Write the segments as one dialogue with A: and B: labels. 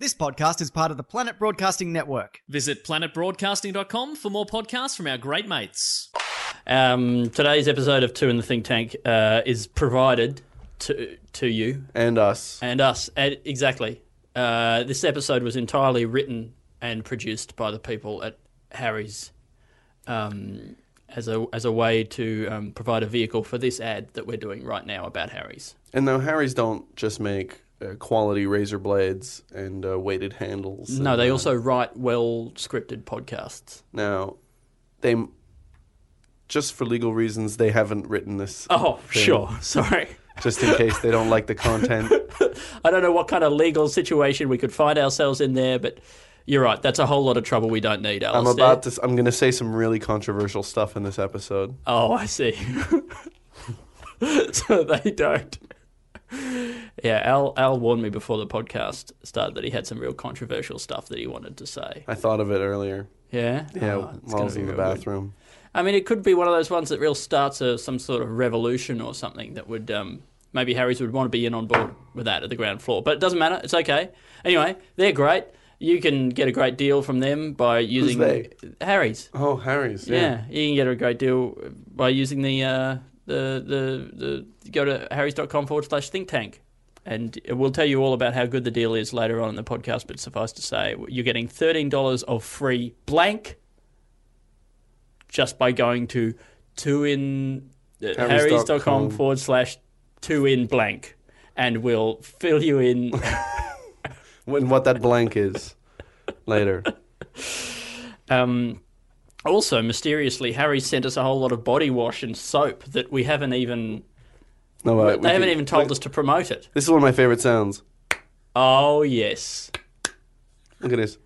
A: This podcast is part of the Planet Broadcasting Network.
B: Visit planetbroadcasting.com for more podcasts from our great mates.
C: Um, today's episode of Two in the Think Tank uh, is provided to to you
D: and us.
C: and us. And exactly. Uh, this episode was entirely written and produced by the people at Harry's um, as a as a way to um, provide a vehicle for this ad that we're doing right now about Harry's.
D: And though Harry's don't just make uh, quality razor blades and uh, weighted handles.
C: No,
D: and,
C: they
D: uh,
C: also write well scripted podcasts.
D: now they m- just for legal reasons they haven't written this.
C: Oh,
D: thing,
C: sure. Sorry.
D: Just in case they don't like the content.
C: I don't know what kind of legal situation we could find ourselves in there, but you're right. That's a whole lot of trouble we don't need,
D: I'm
C: Alistair.
D: about to. s- I'm gonna say some really controversial stuff in this episode.
C: Oh, I see. so they don't. Yeah, Al, Al warned me before the podcast started that he had some real controversial stuff that he wanted to say.
D: I thought of it earlier.
C: Yeah?
D: Yeah,
C: Oh, it's
D: while I
C: gonna
D: was
C: be
D: in the
C: real good.
D: bathroom.
C: I mean, it could be one of those ones that real starts a, some sort of revolution or something that would um, maybe Harry's would want to be in on board with that at the ground floor. But it doesn't matter. It's okay. Anyway, they're great. You can get a great deal from them by using
D: they?
C: Harry's.
D: Oh, Harry's. Yeah.
C: Yeah. you can get a great deal by using the uh, the, the the go to harrys.com forward slash think tank. And we'll tell you all about how good the deal is later on in the podcast, but suffice to say, you're getting $13 of free blank just by going to two in uh,
D: Harrys.com.
C: harrys.com forward slash two in blank. And we'll fill you in.
D: When what that blank is later.
C: Um, also, mysteriously, Harry sent us a whole lot of body wash and soap that we haven't even
D: No, uh, we
C: They haven't
D: can-
C: even told us to promote it.
D: This is one of my favorite sounds.
C: Oh yes.
D: Look at this.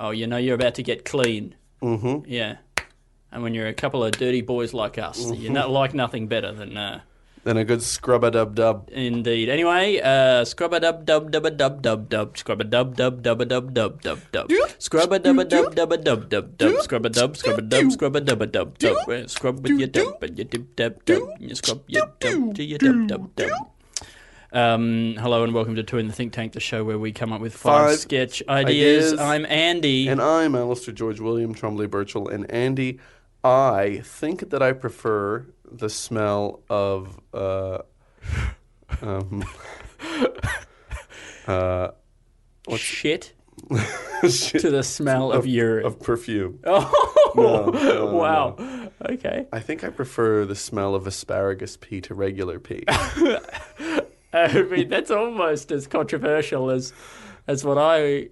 C: Oh, you know you're about to get clean.
D: Mm-hmm.
C: Yeah. And when you're a couple of dirty boys like us, you not like nothing better than uh,
D: Then a good scrub a dub dub.
C: indeed. Anyway, uh, scrub a dub dub dub a dub dub dub scrub a dub dub dub a dub dub dub dub scrub a dub a dub dub a dub dub dub scrub a dub scrub a dub scrub a dub a dub dub Uh, scrub with your dub and your dip dab dub and you scrub your dub to your dub dub dub. Um, hello and welcome to Two in the Think Tank, the show where we come up with five,
D: Five
C: sketch ideas.
D: ideas.
C: I'm Andy.
D: And I'm Alistair George William Trombley Birchall. And Andy, I think that I prefer the smell of. Uh, um, uh,
C: shit
D: shit,
C: to the smell of, urine.
D: of perfume.
C: oh,
D: No, no, no,
C: wow. Okay.
D: I think I prefer the smell of asparagus pea to regular pea.
C: I mean, that's almost as controversial as as what I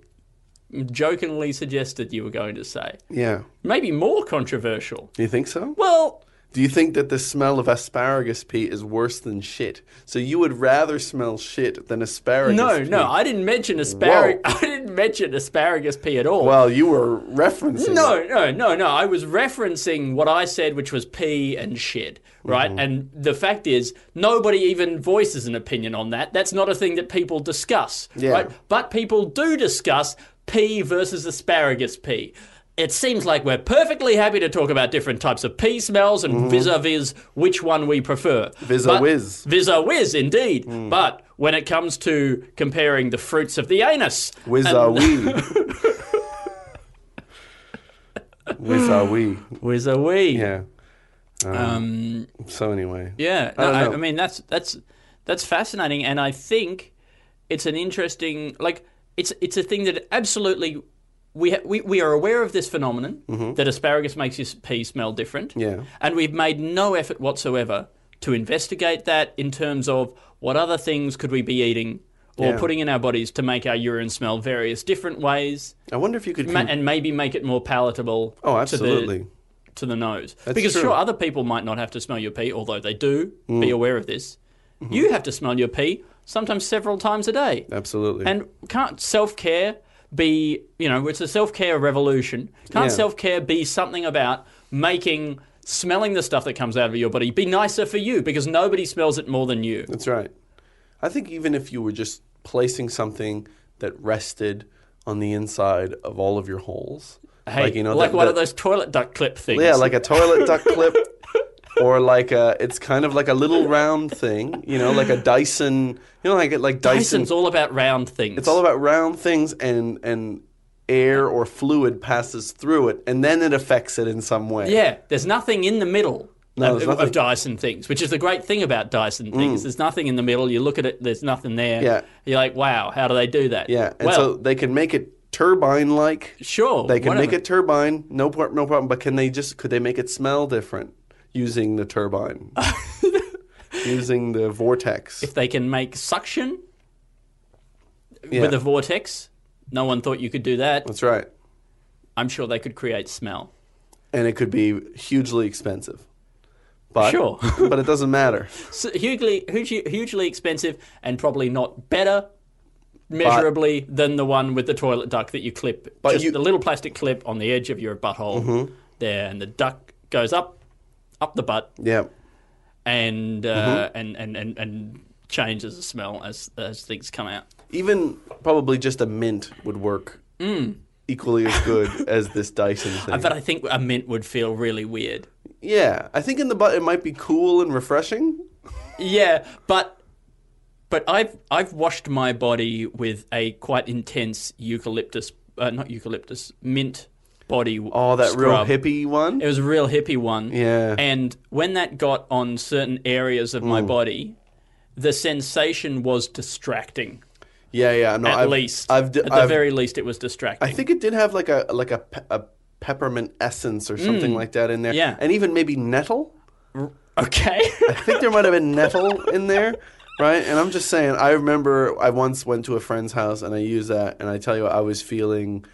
C: jokingly suggested you were going to say.
D: yeah.
C: Maybe more controversial.
D: Do you think so?
C: Well,
D: Do you think that the smell of asparagus pea is worse than shit? So you would rather smell shit than asparagus
C: no,
D: pea?
C: no, I didn't mention asparagus.
D: Whoa.
C: I didn't mention asparagus pea at all.
D: Well, you were referencing.
C: no,
D: it.
C: no, no, no. I was referencing what I said, which was pee and shit, right?
D: Mm-hmm.
C: And the fact is, nobody even voices an opinion on that. That's not a thing that people discuss,
D: Yeah.
C: right? But people do discuss pea versus asparagus pea. It seems like we're perfectly happy to talk about different types of pea smells and vis-a-vis which one we prefer.
D: Mm-hmm. Vis-a-vis. Mm.
C: But- Vis-a-vis, indeed. But when it comes to comparing the fruits of the anus,
D: Whiz
C: and-
D: a wee. Whiz a wee.
C: Vis-a-vis.
D: Yeah.
C: Um,
D: So anyway.
C: Yeah,
D: I
C: no,
D: don't
C: I,
D: know.
C: I mean that's that's that's fascinating, and I think it's an interesting like it's it's a thing that absolutely we ha- we we are aware of this phenomenon that asparagus makes your s- pea smell different.
D: Mm-hmm. Yeah.
C: and we've made no effort whatsoever to investigate that in terms of what other things could we be eating or
D: Yeah.
C: putting in our bodies to make our urine smell various different ways,
D: I wonder if you could.
C: ma-
D: con-
C: and maybe make it more palatable.
D: oh,
C: to the-
D: absolutely.
C: to the nose. because
D: true. Mm.
C: sure, other
D: Mm-hmm.
C: people might not have to smell your pee, although they do. Be aware of this. You have to smell your pee, sometimes several times a day.
D: Absolutely.
C: And can't self care be, you know, it's a self care revolution. Can't
D: Yeah.
C: self care be something about making smelling the stuff that comes out of your body be nicer for you because nobody smells it more than you?
D: That's right. I think even if you were just placing something that rested on the inside of all of your holes,
C: Hey, like,
D: that-
C: one
D: that-
C: of those toilet duck clip things.
D: yeah, like a toilet duck clip, or like a, it's kind of like a little round thing, you know, like a Dyson, you know, like like Dyson.
C: Dyson's all about round things.
D: it's all about round things, and and air or fluid passes through it, and then it affects it in some way.
C: Yeah, there's nothing in the middle
D: No,
C: of,
D: there's nothing. Mm.
C: of Dyson things, which is the great thing about Dyson things. There's nothing in the middle. You look at it, there's nothing there.
D: Yeah.
C: You're like, wow, how do they do that?
D: yeah. And
C: well,
D: so they can make it turbine-like.
C: sure.
D: They can
C: whatever.
D: make it turbine, no pro- no problem. But can they just could they make it smell different using the turbine, using the vortex?
C: If they can make suction
D: Yeah,
C: with a vortex, no one thought you could do that.
D: that's right.
C: I'm sure they could create smell.
D: And it could be hugely expensive. But,
C: Sure.
D: but it doesn't matter.
C: So hugely, hugely, hugely expensive and probably not better measurably than the one with the toilet duck that you clip.
D: But
C: just
D: you- Mm-hmm.
C: the little plastic clip on the edge of your butthole there, and the duck goes up, up the butt,
D: Yeah,
C: and uh,
D: Mm-hmm.
C: and, and and and changes the smell as as things come out.
D: even probably just a mint would work equally as good as this Dyson thing.
C: But Mm. I think a mint would feel really weird.
D: yeah, I think in the butt it might be cool and refreshing.
C: Yeah, but but I've I've washed my body with a quite intense eucalyptus, uh, not eucalyptus, mint body.
D: Oh, that
C: scrub.
D: real hippie one.
C: It was a real hippie one.
D: Yeah. Mm.
C: And when that got on certain areas of my body, the sensation was distracting.
D: yeah, yeah. No,
C: At
D: I've,
C: least,
D: I've d-
C: at the
D: I've-
C: very least, it was distracting.
D: I think it did have like a like a, pe- a peppermint essence or something like that in there.
C: Mm. yeah.
D: and even maybe nettle.
C: okay.
D: I think there might have been nettle in there, right? And I'm just saying. I remember I once went to a friend's house and I used that, and I tell you, I was feeling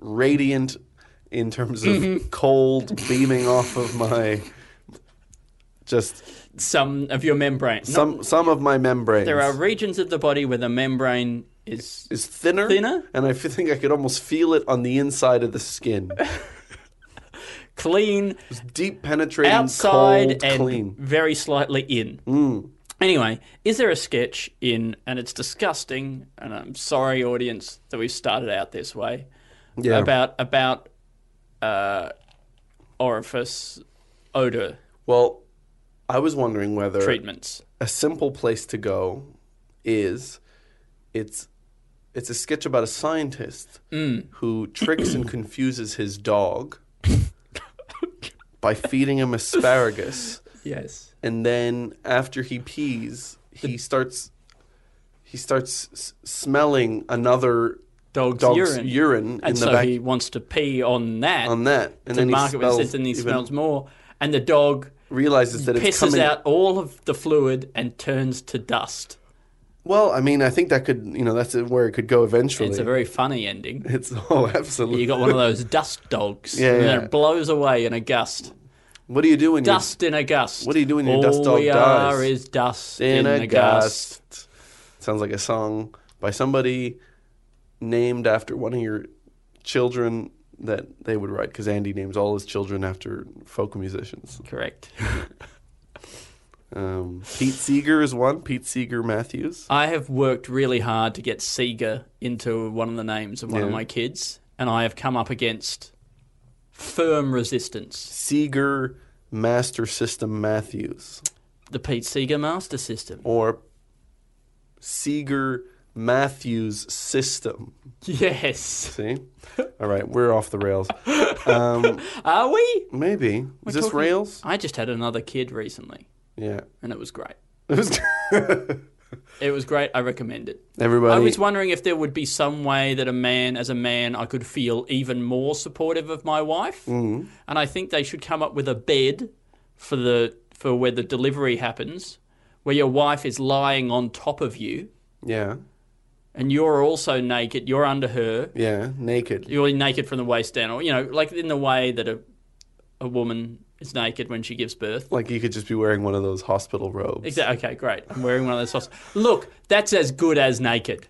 D: radiant in terms of
C: Mm-hmm.
D: cold beaming off of my just
C: Some of your membrane. Not-
D: some some of my membranes.
C: there are regions of the body where the membrane is.
D: is thinner,
C: Thinner?
D: and I f- think I could almost feel it on the inside of the skin.
C: clean
D: Deep, penetrating,
C: outside
D: cold,
C: and
D: clean. Mm.
C: very slightly in. Anyway, is there a sketch in, and it's disgusting, and I'm sorry, audience, that we started out this way.
D: Yeah.
C: About about uh, orifice odor
D: Well, I was wondering whether
C: treatments.
D: a simple place to go is it's it's a sketch about a scientist
C: Mm.
D: who tricks and confuses his dog by feeding him asparagus
C: Yes.
D: and then after he pees he starts he starts s- smelling another
C: Dog's, urine.
D: urine in
C: And
D: the
C: so
D: back
C: he wants to pee on that.
D: on that
C: to
D: and then
C: mark
D: he
C: it with
D: smells,
C: his- and he
D: even-
C: smells more. And the dog
D: realizes that it's
C: pisses
D: coming
C: out all of the fluid and turns to dust.
D: well i mean i think that could you know that's where it could go eventually
C: It's a very funny ending.
D: It's oh, absolutely.
C: You got one of those dust dogs.
D: Yeah,
C: and then
D: yeah.
C: it blows away in a gust.
D: what do you do when you
C: Dust in a gust.
D: What do you do when your
C: All
D: dust dog
C: we
D: dies?
C: are is dust
D: in a
C: gust.
D: gust? Sounds like a song by somebody named after one of your children that they would write because Andy names all his children after folk musicians.
C: Correct.
D: Um, Pete Seeger is one. Pete Seeger Matthews.
C: I have worked really hard to get Seeger into one of the names of one of
D: Yeah.
C: my kids, and I have come up against firm resistance.
D: Seeger Master System Matthews
C: The Pete Seeger Master System.
D: or Seeger Matthews System.
C: Yes.
D: See, all right, we're off the rails. Um,
C: Are we?
D: Maybe. Is this
C: talking-
D: Rails?
C: I just had another kid recently,
D: Yeah.
C: and it was great.
D: It was-
C: It was great. I recommend it.
D: Everybody.
C: I was wondering if there would be some way that a man, as a man, I could feel even more supportive of my wife.
D: Mm-hmm.
C: Mm. And I think they should come up with a bed for the for where the delivery happens, where your wife is lying on top of you,
D: yeah.
C: and you're also naked. You're under her.
D: Yeah. Naked.
C: You're naked from the waist down, or you know, like in the way that a a woman is naked when she gives birth.
D: Like you could just be wearing one of those hospital robes.
C: Exactly. Okay, great. I'm wearing one of those. Hospital. Look, that's as good as naked.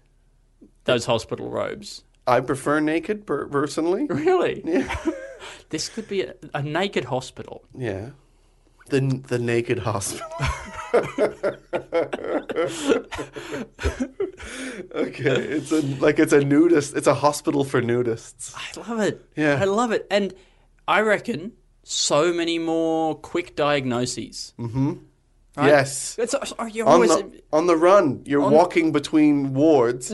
C: Those hospital robes.
D: I prefer naked per- personally.
C: Really? this could be a, a naked hospital.
D: Yeah. The the naked hospital. okay, it's a like it's a nudist. It's a hospital for nudists.
C: I love it.
D: Yeah.
C: I love it. And I reckon so many more quick diagnoses.
D: Mm. Yes.
C: It's, oh, you're
D: On
C: always,
D: the, on the run, you're walking between wards.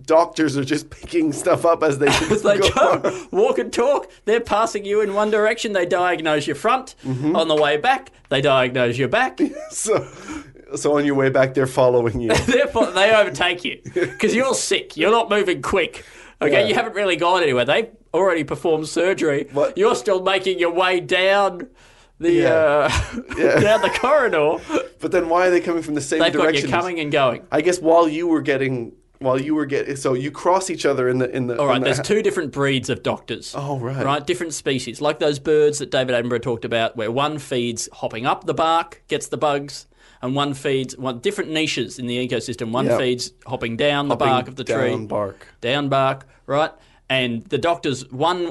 D: Doctors are just picking stuff up as they
C: Mm-hmm. It's like,
D: go.
C: go, walk and talk. They're passing you in one direction. They diagnose your front.
D: Mm-hmm.
C: On the way back, they diagnose your back.
D: So, so on your way back, they're following you.
C: Therefore, they overtake you because you're sick. You're not moving quick. Okay,
D: Yeah.
C: you haven't really gone anywhere. They've already performed surgery.
D: What-
C: You're still making your way down the uh, down the corridor.
D: But then why are they coming from the same
C: They've got you
D: direction?
C: coming and going.
D: I guess while you were getting, while you were getting, so you cross each other in the in the.
C: All right,
D: in the-
C: there's two different breeds of doctors.
D: Oh, right.
C: Right, different species. Like those birds that David Attenborough talked about, where one feeds hopping up the bark, gets the bugs, and one feeds one different niches in the ecosystem. One
D: Yep.
C: feeds hopping down the
D: Hopping
C: bark of the tree.
D: down bark.
C: Down bark, right? And the doctors, one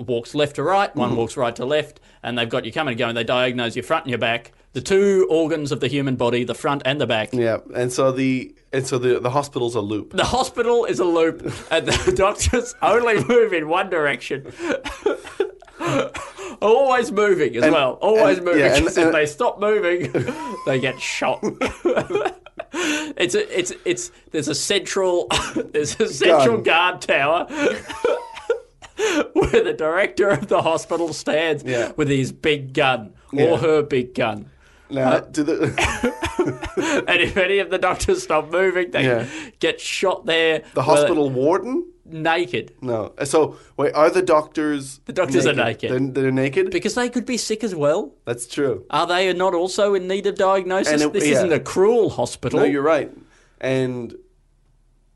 C: walks left to right,
D: Mm.
C: one walks right to left, and they've got you coming and going. They diagnose your front and your back, the two organs of the human body, the front and the back.
D: Yeah, and so the and so the the hospital's a loop.
C: The hospital is a loop, and the doctors only move in one direction. always moving as well. Always
D: and-
C: moving.
D: yeah, and-
C: 'cause if
D: and-
C: they stop moving, they get shot. it's a, it's it's there's a central there's a central guard tower. Where the director of the hospital stands
D: Yeah.
C: with his big gun or
D: Yeah.
C: her big gun.
D: Now, do the
C: And if any of the doctors stop moving, they
D: Yeah.
C: get shot there.
D: the
C: uh,
D: hospital warden?
C: naked
D: No. So wait, are the doctors? The
C: doctors are naked.
D: They're, they're naked.
C: because they could be sick as well.
D: That's true.
C: Are they not also in need of diagnosis?
D: And it-
C: this
D: yeah.
C: isn't a cruel hospital.
D: No, you're right. And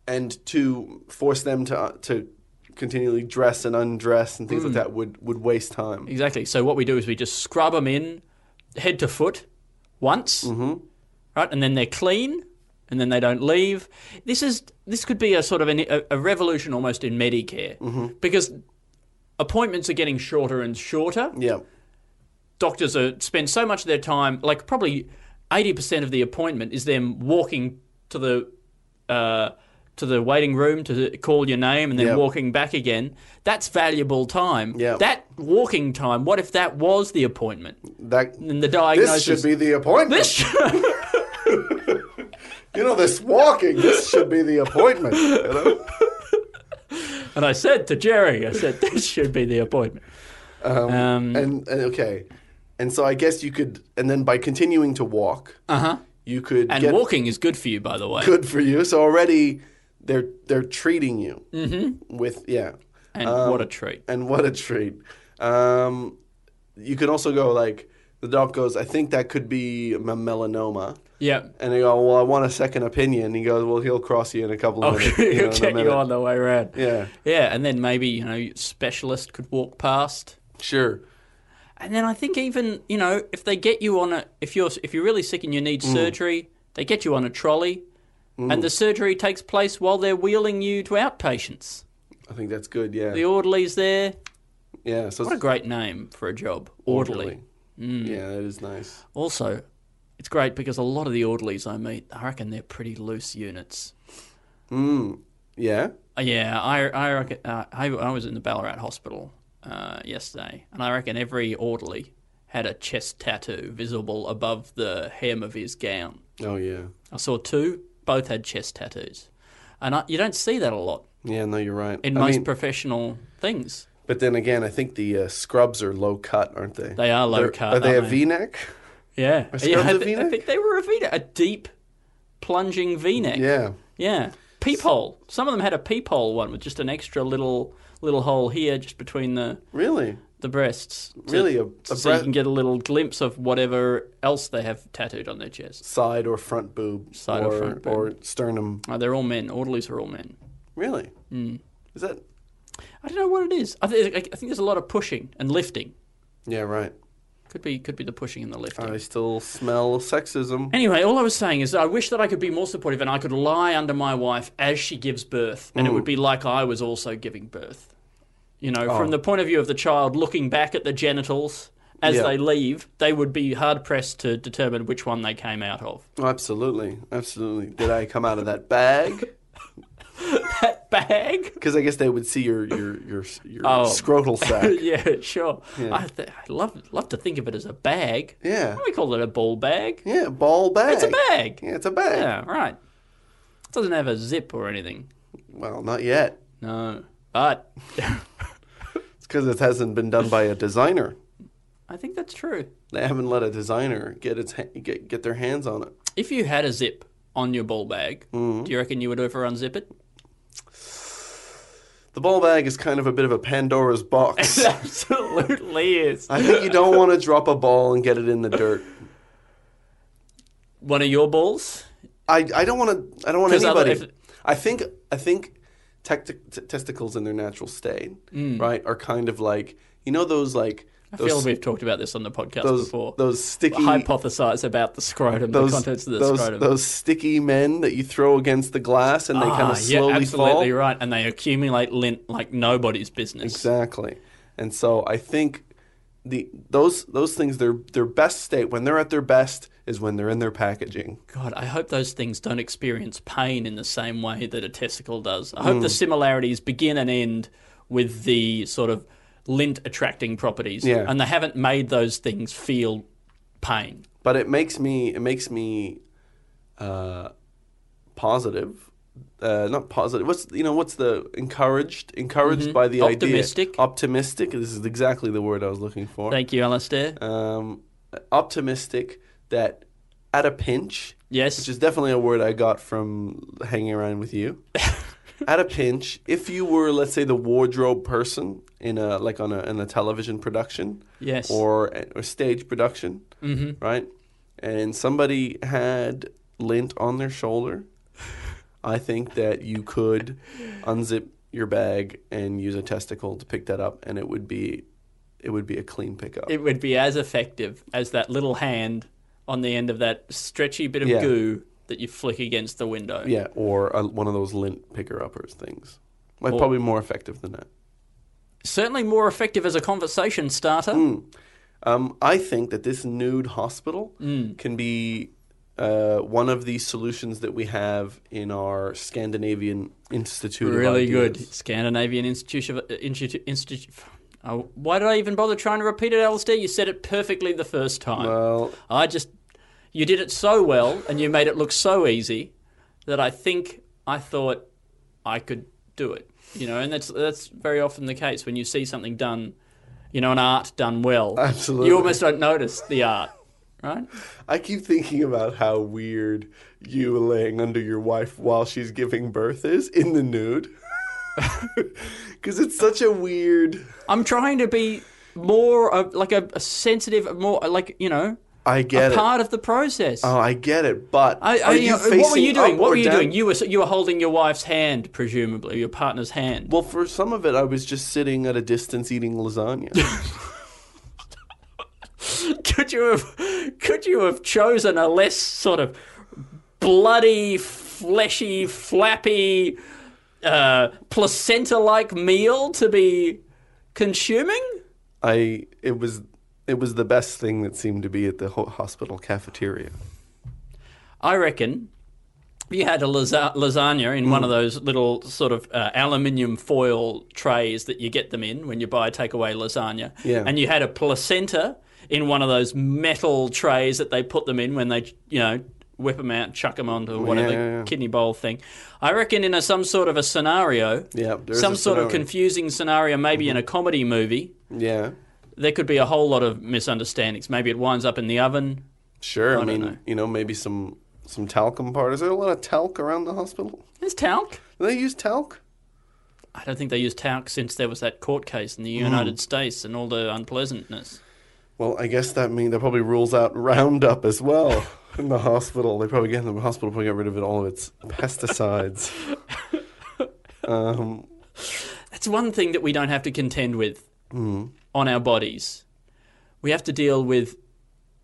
D: and to force them to to continually dress and undress and things
C: Hmm.
D: like that would would waste time.
C: Exactly. So what we do is we just scrub them in, head to foot, once,
D: Mm-hmm.
C: right, and then they're clean, and then they don't leave. This is this could be a sort of an, a, a revolution almost in Medicare
D: Mm-hmm.
C: because appointments are getting shorter and shorter.
D: Yeah.
C: doctors are spend so much of their time, like probably eighty percent of the appointment is them walking to the uh, to the waiting room to call your name and then
D: Yeah.
C: walking back again. That's valuable time.
D: Yeah.
C: That walking time. What if that was the appointment
D: That
C: and the
D: this
C: diagnosis?
D: should be the appointment.
C: This should-
D: you know, this walking. This should be the appointment. You know?
C: and I said to Jerry, I said this should be the appointment. Um,
D: and, and okay, and so I guess you could, and then by continuing to walk, uh-huh. you could
C: and
D: get
C: walking is good for you, by the way.
D: good for you. So already they're they're treating you
C: Mm-hmm.
D: with yeah,
C: And what a
D: Um,
C: treat.
D: and what a treat. Um, you can also go like the doc goes. I think that could be a melanoma.
C: Yeah.
D: And they go, well, I want a second opinion. He goes, well, he'll cross you in a couple of minutes.
C: Okay,
D: you know,
C: he'll
D: in a
C: check you
D: minute."
C: on the way around.
D: Yeah,
C: Yeah, and then maybe you know specialist could walk past,
D: sure.
C: and then I think even you know if they get you on a if you're if you're really sick and you need surgery, they get you on a trolley, and the surgery takes place while they're wheeling you to outpatients.
D: I think that's good. Yeah,
C: The orderly's there.
D: yeah. So
C: What a
D: it's Mm.
C: great name for a job, orderly. Mm.
D: Yeah, that is nice.
C: Also, it's great because a lot of the orderlies I meet, I reckon they're pretty loose units.
D: Yeah.
C: Uh, Yeah, I I reckon uh, I, I was in the Ballarat hospital uh, yesterday, and I reckon every orderly had a chest tattoo visible above the hem of his gown.
D: Oh yeah.
C: I saw two, both had chest tattoos, and I, you don't see that a lot
D: Yeah, no, you're right.
C: in
D: I
C: most
D: mean,
C: professional things.
D: but then again, I think the uh, scrubs are low cut, aren't they?
C: They are low
D: They're-
C: cut,
D: Are they a
C: aren't they?
D: V-neck?
C: Yeah,
D: scrubs
C: I,
D: a
C: thi- I
D: V-neck?
C: think they were a V-neck, a deep, plunging V-neck.
D: Yeah.
C: yeah, peephole. Some of them had a peephole one with just an extra little little hole here, just between the
D: Really?
C: the breasts. to-
D: Really? A, a
C: so you
D: breast-
C: can get a little glimpse of whatever else they have tattooed on their chest.
D: side or front boob,
C: Side
D: or,
C: or front boob.
D: or sternum.
C: Oh, they're all men. Orderlies are all men.
D: Really?
C: Mm.
D: Is that?
C: I don't know what it is. I, th- I think there's a lot of pushing and lifting.
D: Yeah, right.
C: Could be could be the pushing and the lifting.
D: I still smell sexism.
C: Anyway, all I was saying is I wish that I could be more supportive and I could lie under my wife as she gives birth, and it would be like I was also giving birth. You know, from the point of view of the child looking back at the genitals as
D: Yeah.
C: they leave, they would be hard pressed to determine which one they came out of.
D: Absolutely, absolutely. Did I come out of that bag?
C: That bag?
D: Because I guess they would see your your your your
C: Oh.
D: scrotal sack.
C: yeah, sure. I, th- I love love to think of it as a bag.
D: Yeah.
C: What do we call it? A ball bag?
D: Yeah, ball bag.
C: It's a bag.
D: Yeah, it's a bag.
C: Yeah, right. It doesn't have a zip or anything.
D: Well, not yet.
C: No. But
D: It's because it hasn't been done by a designer.
C: I think that's true.
D: They haven't let a designer get its ha- get get their hands on it.
C: If you had a zip on your ball bag,
D: Mm.
C: do you reckon you would ever unzip it?
D: The ball bag is kind of a bit of a Pandora's box.
C: Absolutely is.
D: I think you don't want to drop a ball and get it in the dirt.
C: One of your balls?
D: I, I don't want to. I don't want
C: 'Cause other-
D: anybody.
C: if-
D: I think I think tecti- t- testicles in their natural state, right, are kind of like you know those like
C: Mm. I feel
D: those
C: we've talked about this on the podcast
D: those,
C: before.
D: those sticky
C: Hypothesize about the scrotum,
D: those,
C: the contents of the
D: those,
C: scrotum.
D: those sticky men that you throw against the glass and they kind
C: Ah,
D: of slowly
C: yeah, absolutely
D: fall.
C: right. And they accumulate lint like nobody's business.
D: Exactly. And so I think the those those things their their best state when they're at their best is when they're in their packaging.
C: God, I hope those things don't experience pain in the same way that a testicle does. I
D: Mm.
C: hope the similarities begin and end with the sort of lint attracting properties.
D: Yeah.
C: And they haven't made those things feel pain.
D: But it makes me it makes me uh, positive. Uh, not positive. What's you know what's the encouraged encouraged by the
C: Optimistic.
D: idea optimistic. This is exactly the word I was looking for.
C: Thank you, Alistair.
D: um, optimistic that at a pinch,
C: Yes.
D: which is definitely a word I got from hanging around with you. at a pinch, if you were, let's say, the wardrobe person in a like on a in a television production,
C: Yes.
D: or or stage production, mm-hmm. right, and somebody had lint on their shoulder, I think that you could unzip your bag and use a testicle to pick that up, and it would be. It would be a clean pickup.
C: it would be as effective as that little hand on the end of that stretchy bit of
D: Yeah.
C: goo that you flick against the window.
D: Yeah, or a, one of those lint picker uppers things. Like probably more effective than that.
C: Certainly more effective as a conversation starter.
D: Mm. Um, I think that this nude hospital
C: Mm.
D: can be uh, one of the solutions that we have in our Scandinavian Institute. of
C: Really
D: Ideas.
C: good. Scandinavian Institution of Institute. Institute oh, why did I even bother trying to repeat it, Alistair? You said it perfectly the first time.
D: Well,
C: I just, you did it so well, and you made it look so easy that I think I thought I could do it. You know, and that's that's very often the case when you see something done, you know, an art done well.
D: Absolutely.
C: You almost don't notice the art, right?
D: I keep thinking about how weird you laying under your wife while she's giving birth is in the nude. Because it's such a weird.
C: I'm trying to be more of like a, a sensitive, more like you know,
D: I get
C: a
D: it.
C: part of the process.
D: Oh, I get it, but
C: I,
D: are
C: I, you
D: you
C: know, what were
D: facing
C: you doing?
D: up
C: What
D: or
C: were you
D: down?
C: doing? You were you were holding your wife's hand, presumably your partner's hand.
D: Well, for some of it, I was just sitting at a distance eating lasagna.
C: could you have could you have chosen a less sort of bloody, fleshy, flappy, uh, placenta-like meal to be consuming?
D: I it was it was the best thing that seemed to be at the ho- hospital cafeteria.
C: I reckon if you had a lasa- lasagna in
D: Hmm.
C: one of those little sort of uh, aluminium foil trays that you get them in when you buy takeaway lasagna,
D: Yeah.
C: and you had a placenta in one of those metal trays that they put them in when they, you know, whip them out, chuck them onto whatever
D: Oh, yeah, yeah.
C: kidney bowl thing. I reckon in a, some sort of a scenario,
D: Yeah, there's
C: some
D: a
C: sort of
D: scenario. Mm-hmm.
C: confusing scenario, maybe in a comedy movie,
D: Yeah,
C: there could be a whole lot of misunderstandings. Maybe it winds up in the oven.
D: sure. I, mean,
C: know.
D: you know, maybe some some talcum part. Is there a lot of talc around the hospital?
C: There's talc.
D: Do they use talc?
C: I don't think they use talc since there was that court case in the
D: Hmm.
C: United States and all the unpleasantness.
D: Well, I guess that mean that probably rules out Roundup as well in the hospital. They probably get the hospital probably got rid of it all of its pesticides. Hmm.
C: That's one thing that we don't have to contend with on our bodies. we have to deal with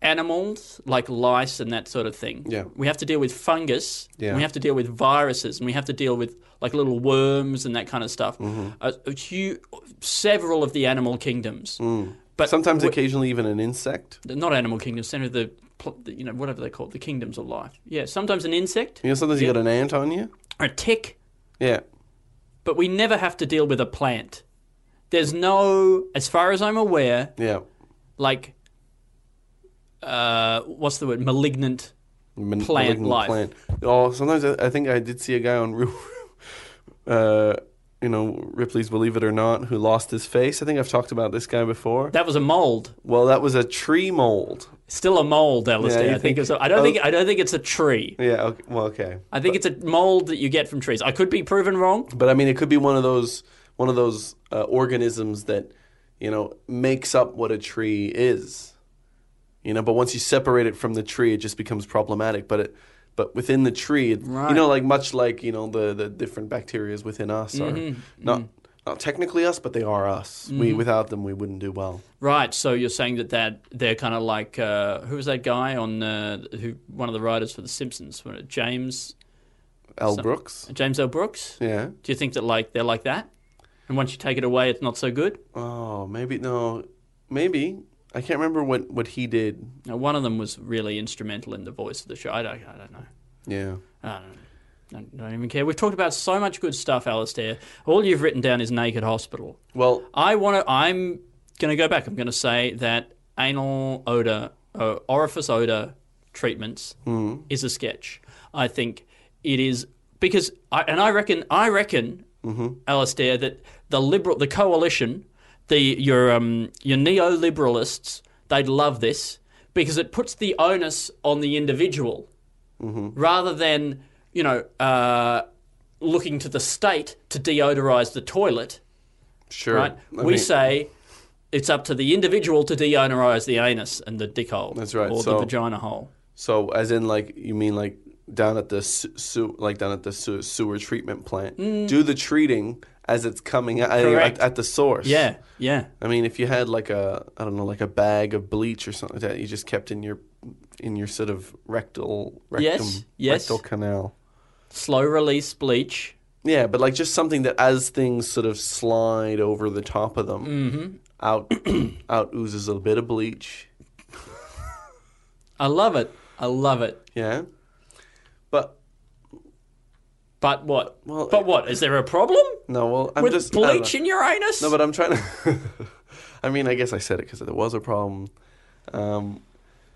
C: animals like lice and that sort of thing.
D: Yeah.
C: We have to deal with fungus.
D: Yeah.
C: We have to deal with viruses, and we have to deal with like little worms and that kind of stuff.
D: Mm-hmm.
C: Uh, a hu- several of the animal kingdoms, but
D: Hmm. Sometimes, occasionally, even an insect.
C: not animal kingdoms. Center of the pl- the- you know whatever they call it, the kingdoms of life. Yeah. Sometimes an insect
D: You know, sometimes you got an ant on you.
C: or a tick,
D: Yeah.
C: but we never have to deal with a plant. There's no, as far as I'm aware,
D: Yeah.
C: like uh, what's the word malignant
D: Man-
C: Plant
D: malignant
C: life.
D: Oh, sometimes I, I think I did see a guy on real, uh, you know, Ripley's Believe It or Not, who lost his face. I think I've talked about this guy before.
C: that was a mold
D: well, that was a tree mold.
C: still a mold LSD
D: Yeah, you
C: I think
D: think-
C: it's a, I don't
D: oh.
C: think I don't think it's a tree
D: Yeah. Okay, well, okay.
C: I think it's a mold that you get from trees I could be proven wrong
D: But I mean, it could be one of those one of those uh, organisms that you know makes up what a tree is. You know, but once you separate it from the tree, it just becomes problematic. But it, but within the tree, it, you know, like much like you know the the different bacterias within us
C: Mm-hmm.
D: are not not technically us, but they are us. We without them, we wouldn't do well.
C: right so you're saying that that they're kind of like uh, who was that guy on uh, who one of the writers for the Simpsons was it James
D: Al Brooks,
C: James L Brooks
D: yeah.
C: do you think that like they're like that and once you take it away it's not so good
D: Oh, maybe no, maybe I can't remember what what he did.
C: now, one of them was really instrumental in the voice of the show I don't, I don't know
D: Yeah.
C: I don't, I don't even care. We've talked about so much good stuff, Alistair. All you've written down is Naked Hospital.
D: Well,
C: I want to. I'm going to go back. I'm going to say that anal odor, uh, orifice odor treatments is a sketch. I think it is because, I, and I reckon, I reckon, Alistair, that the liberal, the coalition, the your um, your neoliberalists, they'd love this because it puts the onus on the individual rather than you know uh, looking to the state to deodorize the toilet
D: sure.
C: right?
D: I
C: we
D: mean-
C: say it's up to the individual to deonorize the anus and the dick hole.
D: That's right,
C: Or the
D: so-
C: vagina hole.
D: So, as in, like, you mean like down at the su- su- like down at the su- sewer treatment plant, do the treating as it's coming out
C: Mm. Correct.
D: at, at the source.
C: Yeah, yeah.
D: I mean, if you had like a I don't know, like a bag of bleach or something like that you just kept in your in your sort of rectal rectum
C: Yes, yes.
D: rectal canal.
C: Slow release bleach.
D: Yeah, but like just something that as things sort of slide over the top of them,
C: Mm-hmm.
D: out out oozes a bit of bleach.
C: I love it. I love it.
D: Yeah, but
C: But what?
D: Well,
C: but
D: it-
C: what? Is there a problem
D: no, well, I'm
C: with
D: just I don't know.
C: bleach in your anus?
D: No, but I'm trying to. I mean, I guess I said it because there was a problem. Um,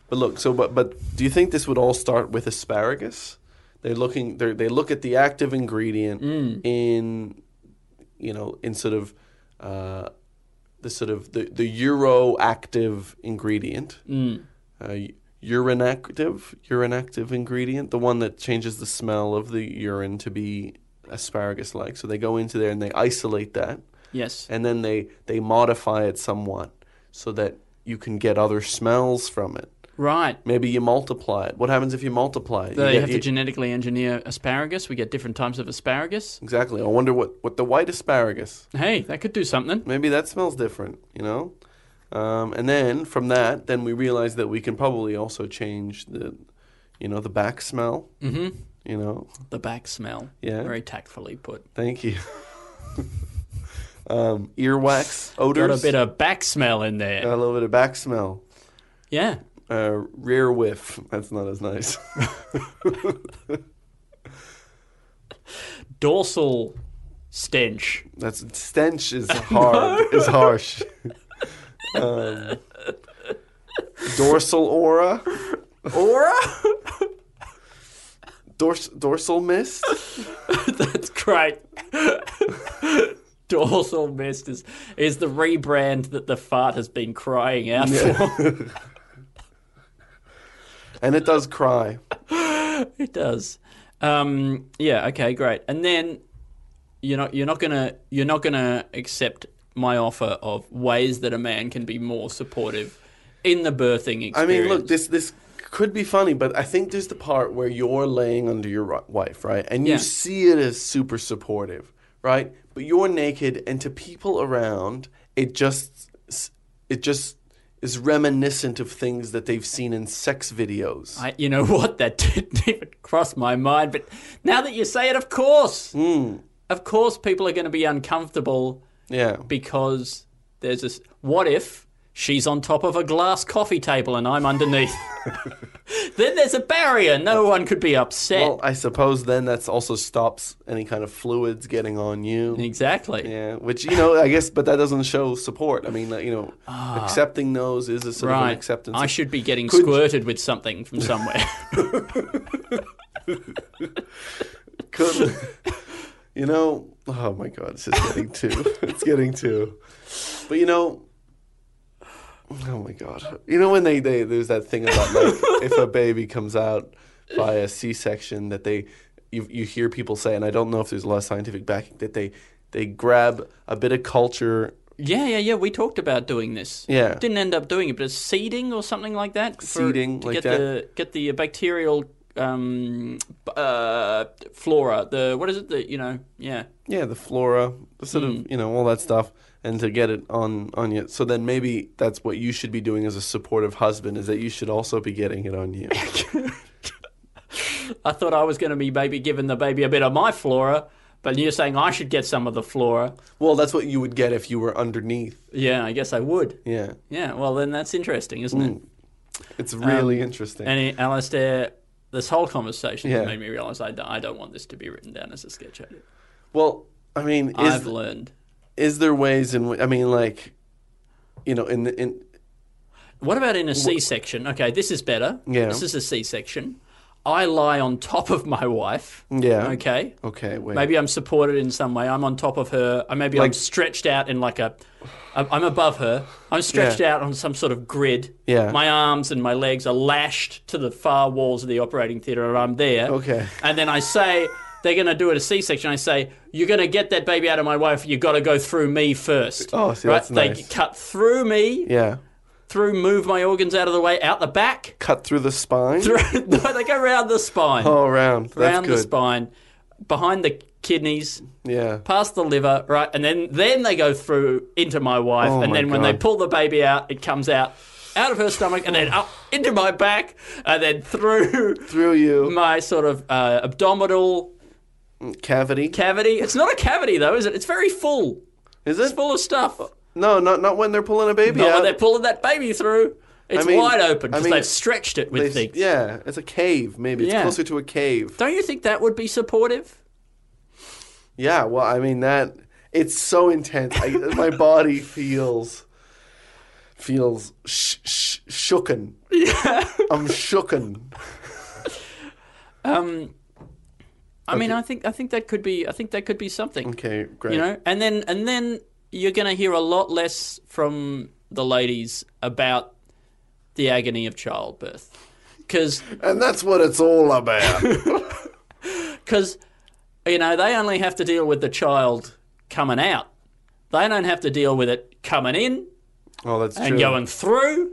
D: but look, so but but do you think this would all start with asparagus? They're looking. They they look at the active ingredient in, you know, in sort of, uh, the sort of the the euro active ingredient. Uh, urinactive, urinactive ingredient, the one that changes the smell of the urine to be asparagus like. So they go into there and they isolate that
C: yes.
D: and then they they modify it somewhat so that you can get other smells from it.
C: Right.
D: Maybe you multiply it. What happens if you multiply it? You
C: They
D: get-
C: Uh, have to
D: you-
C: genetically engineer asparagus. We get different types of asparagus.
D: exactly. I wonder what what the white asparagus.
C: Hey, that could do something.
D: Maybe that smells different. You know. Um, and then from that, then we realize that we can probably also change the, you know, the back smell. Mm-hmm. You know,
C: The back smell.
D: Yeah.
C: Very tactfully put.
D: thank you. um, earwax
C: Got
D: odors,
C: a bit of back smell in there.
D: a little bit of back smell.
C: yeah.
D: Uh, rear whiff. That's not as nice.
C: Dorsal stench.
D: That's stench is hard is harsh. um, dorsal aura,
C: Aura?
D: dors- dorsal mist.
C: That's great. Dorsal mist is, is the rebrand that the fart has been crying out for.
D: And it does cry.
C: It does. Um, yeah. Okay. Great. And then you're not you're not gonna you're not gonna accept my offer of ways that a man can be more supportive in the birthing experience.
D: I mean, look, this this could be funny, but I think there's the part where you're laying under your ri- wife, right? And
C: Yeah.
D: you see it as super supportive, right? But you're naked, and to people around, it just it just is reminiscent of things that they've seen in sex videos.
C: I, you know what? That didn't even cross my mind. But now that you say it, of course,
D: Hmm.
C: of course, people are going to be uncomfortable
D: yeah.
C: because there's this. What if she's on top of a glass coffee table and I'm underneath? then there's a barrier. No one could be upset.
D: Well, I suppose then that's also stops any kind of fluids getting on you.
C: exactly.
D: Yeah, which you know, I guess, but that doesn't show support. I mean, like, you know, accepting those is a sort of an
C: Ah. Right.
D: acceptance.
C: I
D: of-
C: should be getting
D: Could-
C: squirted with something from somewhere.
D: could, you know. Oh my god, it's just getting too. it's getting too. But you know. Oh my god! You know when they, they there's that thing about like if a baby comes out by a C-section that they you you hear people say, and I don't know if there's a lot of scientific backing that they they grab a bit of culture
C: yeah, yeah, yeah. We talked about doing this.
D: Yeah.
C: Didn't end up doing it, but it's seeding or something like that. for-
D: Seeding,
C: to
D: like
C: get
D: that.
C: The, get the bacterial um, b- uh, flora. The what is it? The you know, yeah.
D: yeah, the flora, the sort of you know all that stuff, and to get it on on you. So then maybe that's what you should be doing as a supportive husband is that you should also be getting it on you.
C: I thought I was going to be maybe giving the baby a bit of my flora, but you're saying I should get some of the flora.
D: well, that's what you would get if you were underneath.
C: Yeah, I guess I would.
D: Yeah, Mm,
C: Yeah, well then that's interesting, isn't it?
D: it's really interesting.
C: And uh, Alistair, this whole conversation has
D: Yeah.
C: made me realise I, d- I don't want this to be written down as a sketch idea.
D: well, I mean,
C: I've
D: is
C: learned.
D: is there ways in which I mean, like, you know, in the, in
C: What about in a C section? Okay, this is better.
D: Yeah.
C: This is a C section. I lie on top of my wife.
D: Yeah.
C: Okay.
D: okay, wait,
C: Maybe I'm supported in some way. I'm on top of her. Or maybe I'm
D: Like-
C: stretched out in like a. I'm I'm above her. I'm stretched out on some sort of grid.
D: Yeah.
C: My arms and my legs are lashed to the far walls of the operating theatre, and I'm there.
D: Okay.
C: And then I say they're going to do it a C-section. I say you're going to get that baby out of my wife. You got to go through me first.
D: Oh, see, that's
C: They
D: nice.
C: cut through me.
D: yeah,
C: Through, move my organs out of the way, out the back.
D: cut through the spine,
C: Through, no, they go round the spine.
D: all around. Oh, That's
C: round
D: good.
C: the spine, behind the kidneys
D: Yeah.
C: past the liver, right, and then then they go through into my wife,
D: Oh
C: and
D: my
C: then when they
D: God.
C: pull the baby out, it comes out out of her stomach, and then up into my back, and then through
D: Through you,
C: my sort of uh, abdominal
D: cavity.
C: cavity. It's not a cavity though, is it? It's very full.
D: Is
C: It's
D: it?
C: full of stuff.
D: No, not not when they're pulling a baby
C: But
D: out.
C: when they're pulling that baby through, it's
D: mean-
C: wide open
D: I
C: because
D: mean,
C: they've stretched it with
D: They-
C: things.
D: Yeah, it's a cave. Maybe it's
C: Yeah.
D: closer to a cave.
C: Don't you think that would be supportive?
D: yeah. Well, I mean that it's so intense. I, my body feels feels sh- sh- shooken. Yeah. I'm shooken.
C: I mean, I think I think that could be I think that could be something.
D: Okay, great.
C: you know and then and then you're going to hear a lot less from the ladies about the agony of childbirth because
D: and that's what it's all about.
C: because you know they only have to deal with the child coming out they don't have to deal with it coming in
D: oh, that's
C: and
D: true.
C: going through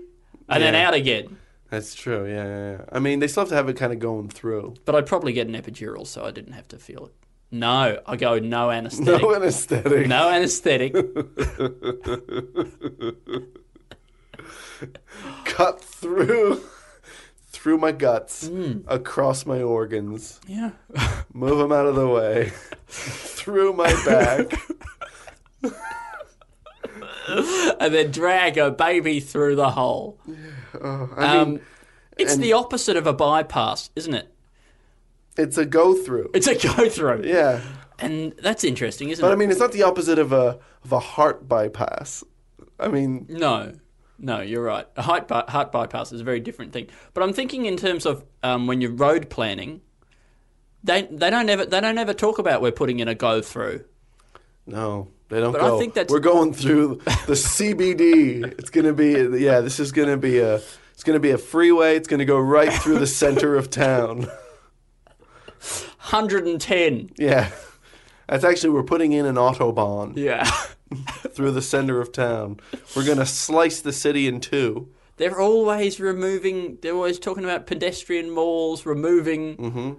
C: and then
D: Yeah.
C: out again
D: That's true. Yeah, yeah, yeah. I mean, they still have to have it kind of going through.
C: but i'd probably get an epidural so i didn't have to feel it no i go no anesthetic
D: No anesthetic.
C: no anesthetic
D: Cut through. Through my guts,
C: Mm.
D: across my organs,
C: yeah
D: move them out of the way, through my back.
C: and then drag a baby through the hole. um, it's the opposite of a bypass, isn't it?
D: It's a go through.
C: It's a go through,
D: Yeah.
C: and that's interesting, isn't
D: But
C: it?
D: I mean, it's not the opposite of a of a heart bypass. I mean,
C: no, no, you're right. A heart, by- heart bypass is a very different thing. But I'm thinking in terms of um, when you're road planning, they they don't ever they don't ever talk about we're putting in a go through.
D: no, they don't
C: But I
D: go.
C: think that's-
D: We're going through the CBD. It's gonna be yeah. This is gonna be a it's gonna be a freeway. It's gonna go right through the center of town.
C: 110.
D: Yeah. That's actually we're putting in an autobahn
C: Yeah.
D: through the center of town. We're gonna slice the city in two.
C: they're always removing. They're always talking about pedestrian malls, removing,
D: Mm-hmm.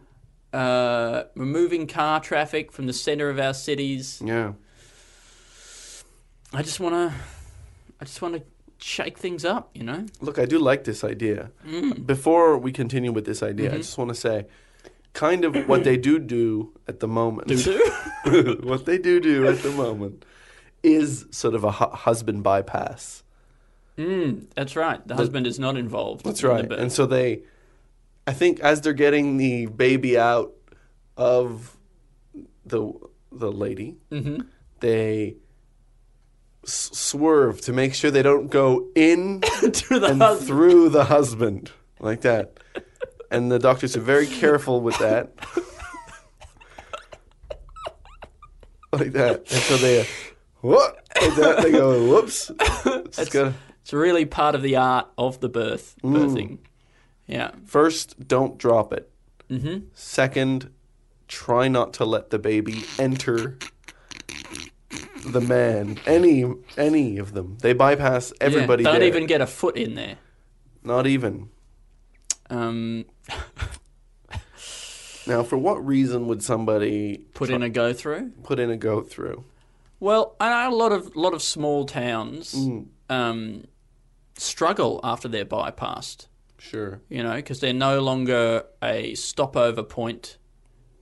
C: uh, removing car traffic from the center of our cities.
D: Yeah.
C: I just want to, I just want to shake things up, you know?
D: Look, I do like this idea. Before we continue with this idea, I just want to say kind of what they do do at the moment. what they do do at the moment is sort of a hu- husband bypass.
C: That's right. The husband is not involved.
D: That's right. And so they, I think, as they're getting the baby out of the the lady,
C: Mm-hmm.
D: they s- swerve to make sure they don't go in
C: To the
D: and
C: husband.
D: through the husband like that. And the doctors are very careful with that. like that. And so they, whoop, like that. They go, whoops. It's gotta-
C: It's really part of the art of the birth,
D: Mm.
C: birthing. Yeah.
D: First, don't drop it. Mm-hmm. Second, try not to let the baby enter the man. Any any of them. They bypass everybody.
C: yeah. Don't
D: there.
C: even get a foot in there.
D: Not even.
C: Um,
D: Now, for what reason would somebody
C: put in a go through.
D: put in a go through?
C: Well, I know a lot of lot of small towns
D: Mm.
C: um, struggle after they're bypassed.
D: Sure.
C: You know, because they're no longer a stopover point,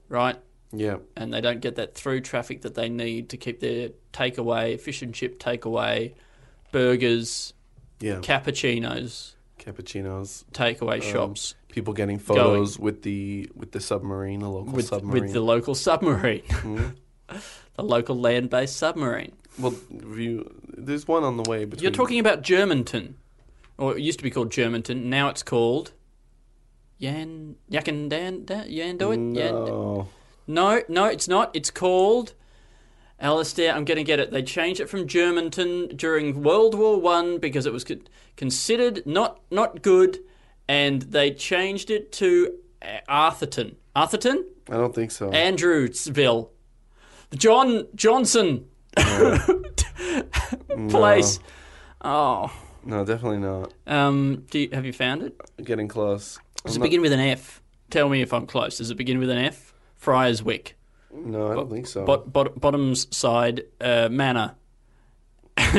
C: right?
D: Yeah.
C: and they don't get that through traffic that they need to keep their takeaway, fish and chip takeaway, burgers,
D: Yeah.
C: cappuccinos,
D: Cappuccinos.
C: takeaway shops
D: People getting photos with the with the submarine, the local
C: with,
D: submarine.
C: with the local submarine, the local land based submarine.
D: well, have you, there's one on the way. Between
C: You're talking about Germanton, or it used to be called Germanton, now it's called. Yan Yakandan Yandoit Yan
D: Oh,
C: No, no, it's not. It's called Alistair. I'm going to get it. They changed it from Germanton during World War One because it was con- considered not not good, and they changed it to uh, Arthurton, Arthurton,
D: I don't think so.
C: Eh. Andrewsville, John Johnson place. Oh,
D: no, definitely not.
C: um, do you, have you found it?
D: Getting close.
C: Does it begin with an F? Tell me if I'm close. Does it begin with an F? Friars Wick.
D: No, I don't think so.
C: bot, bot, bottom's side uh, manor.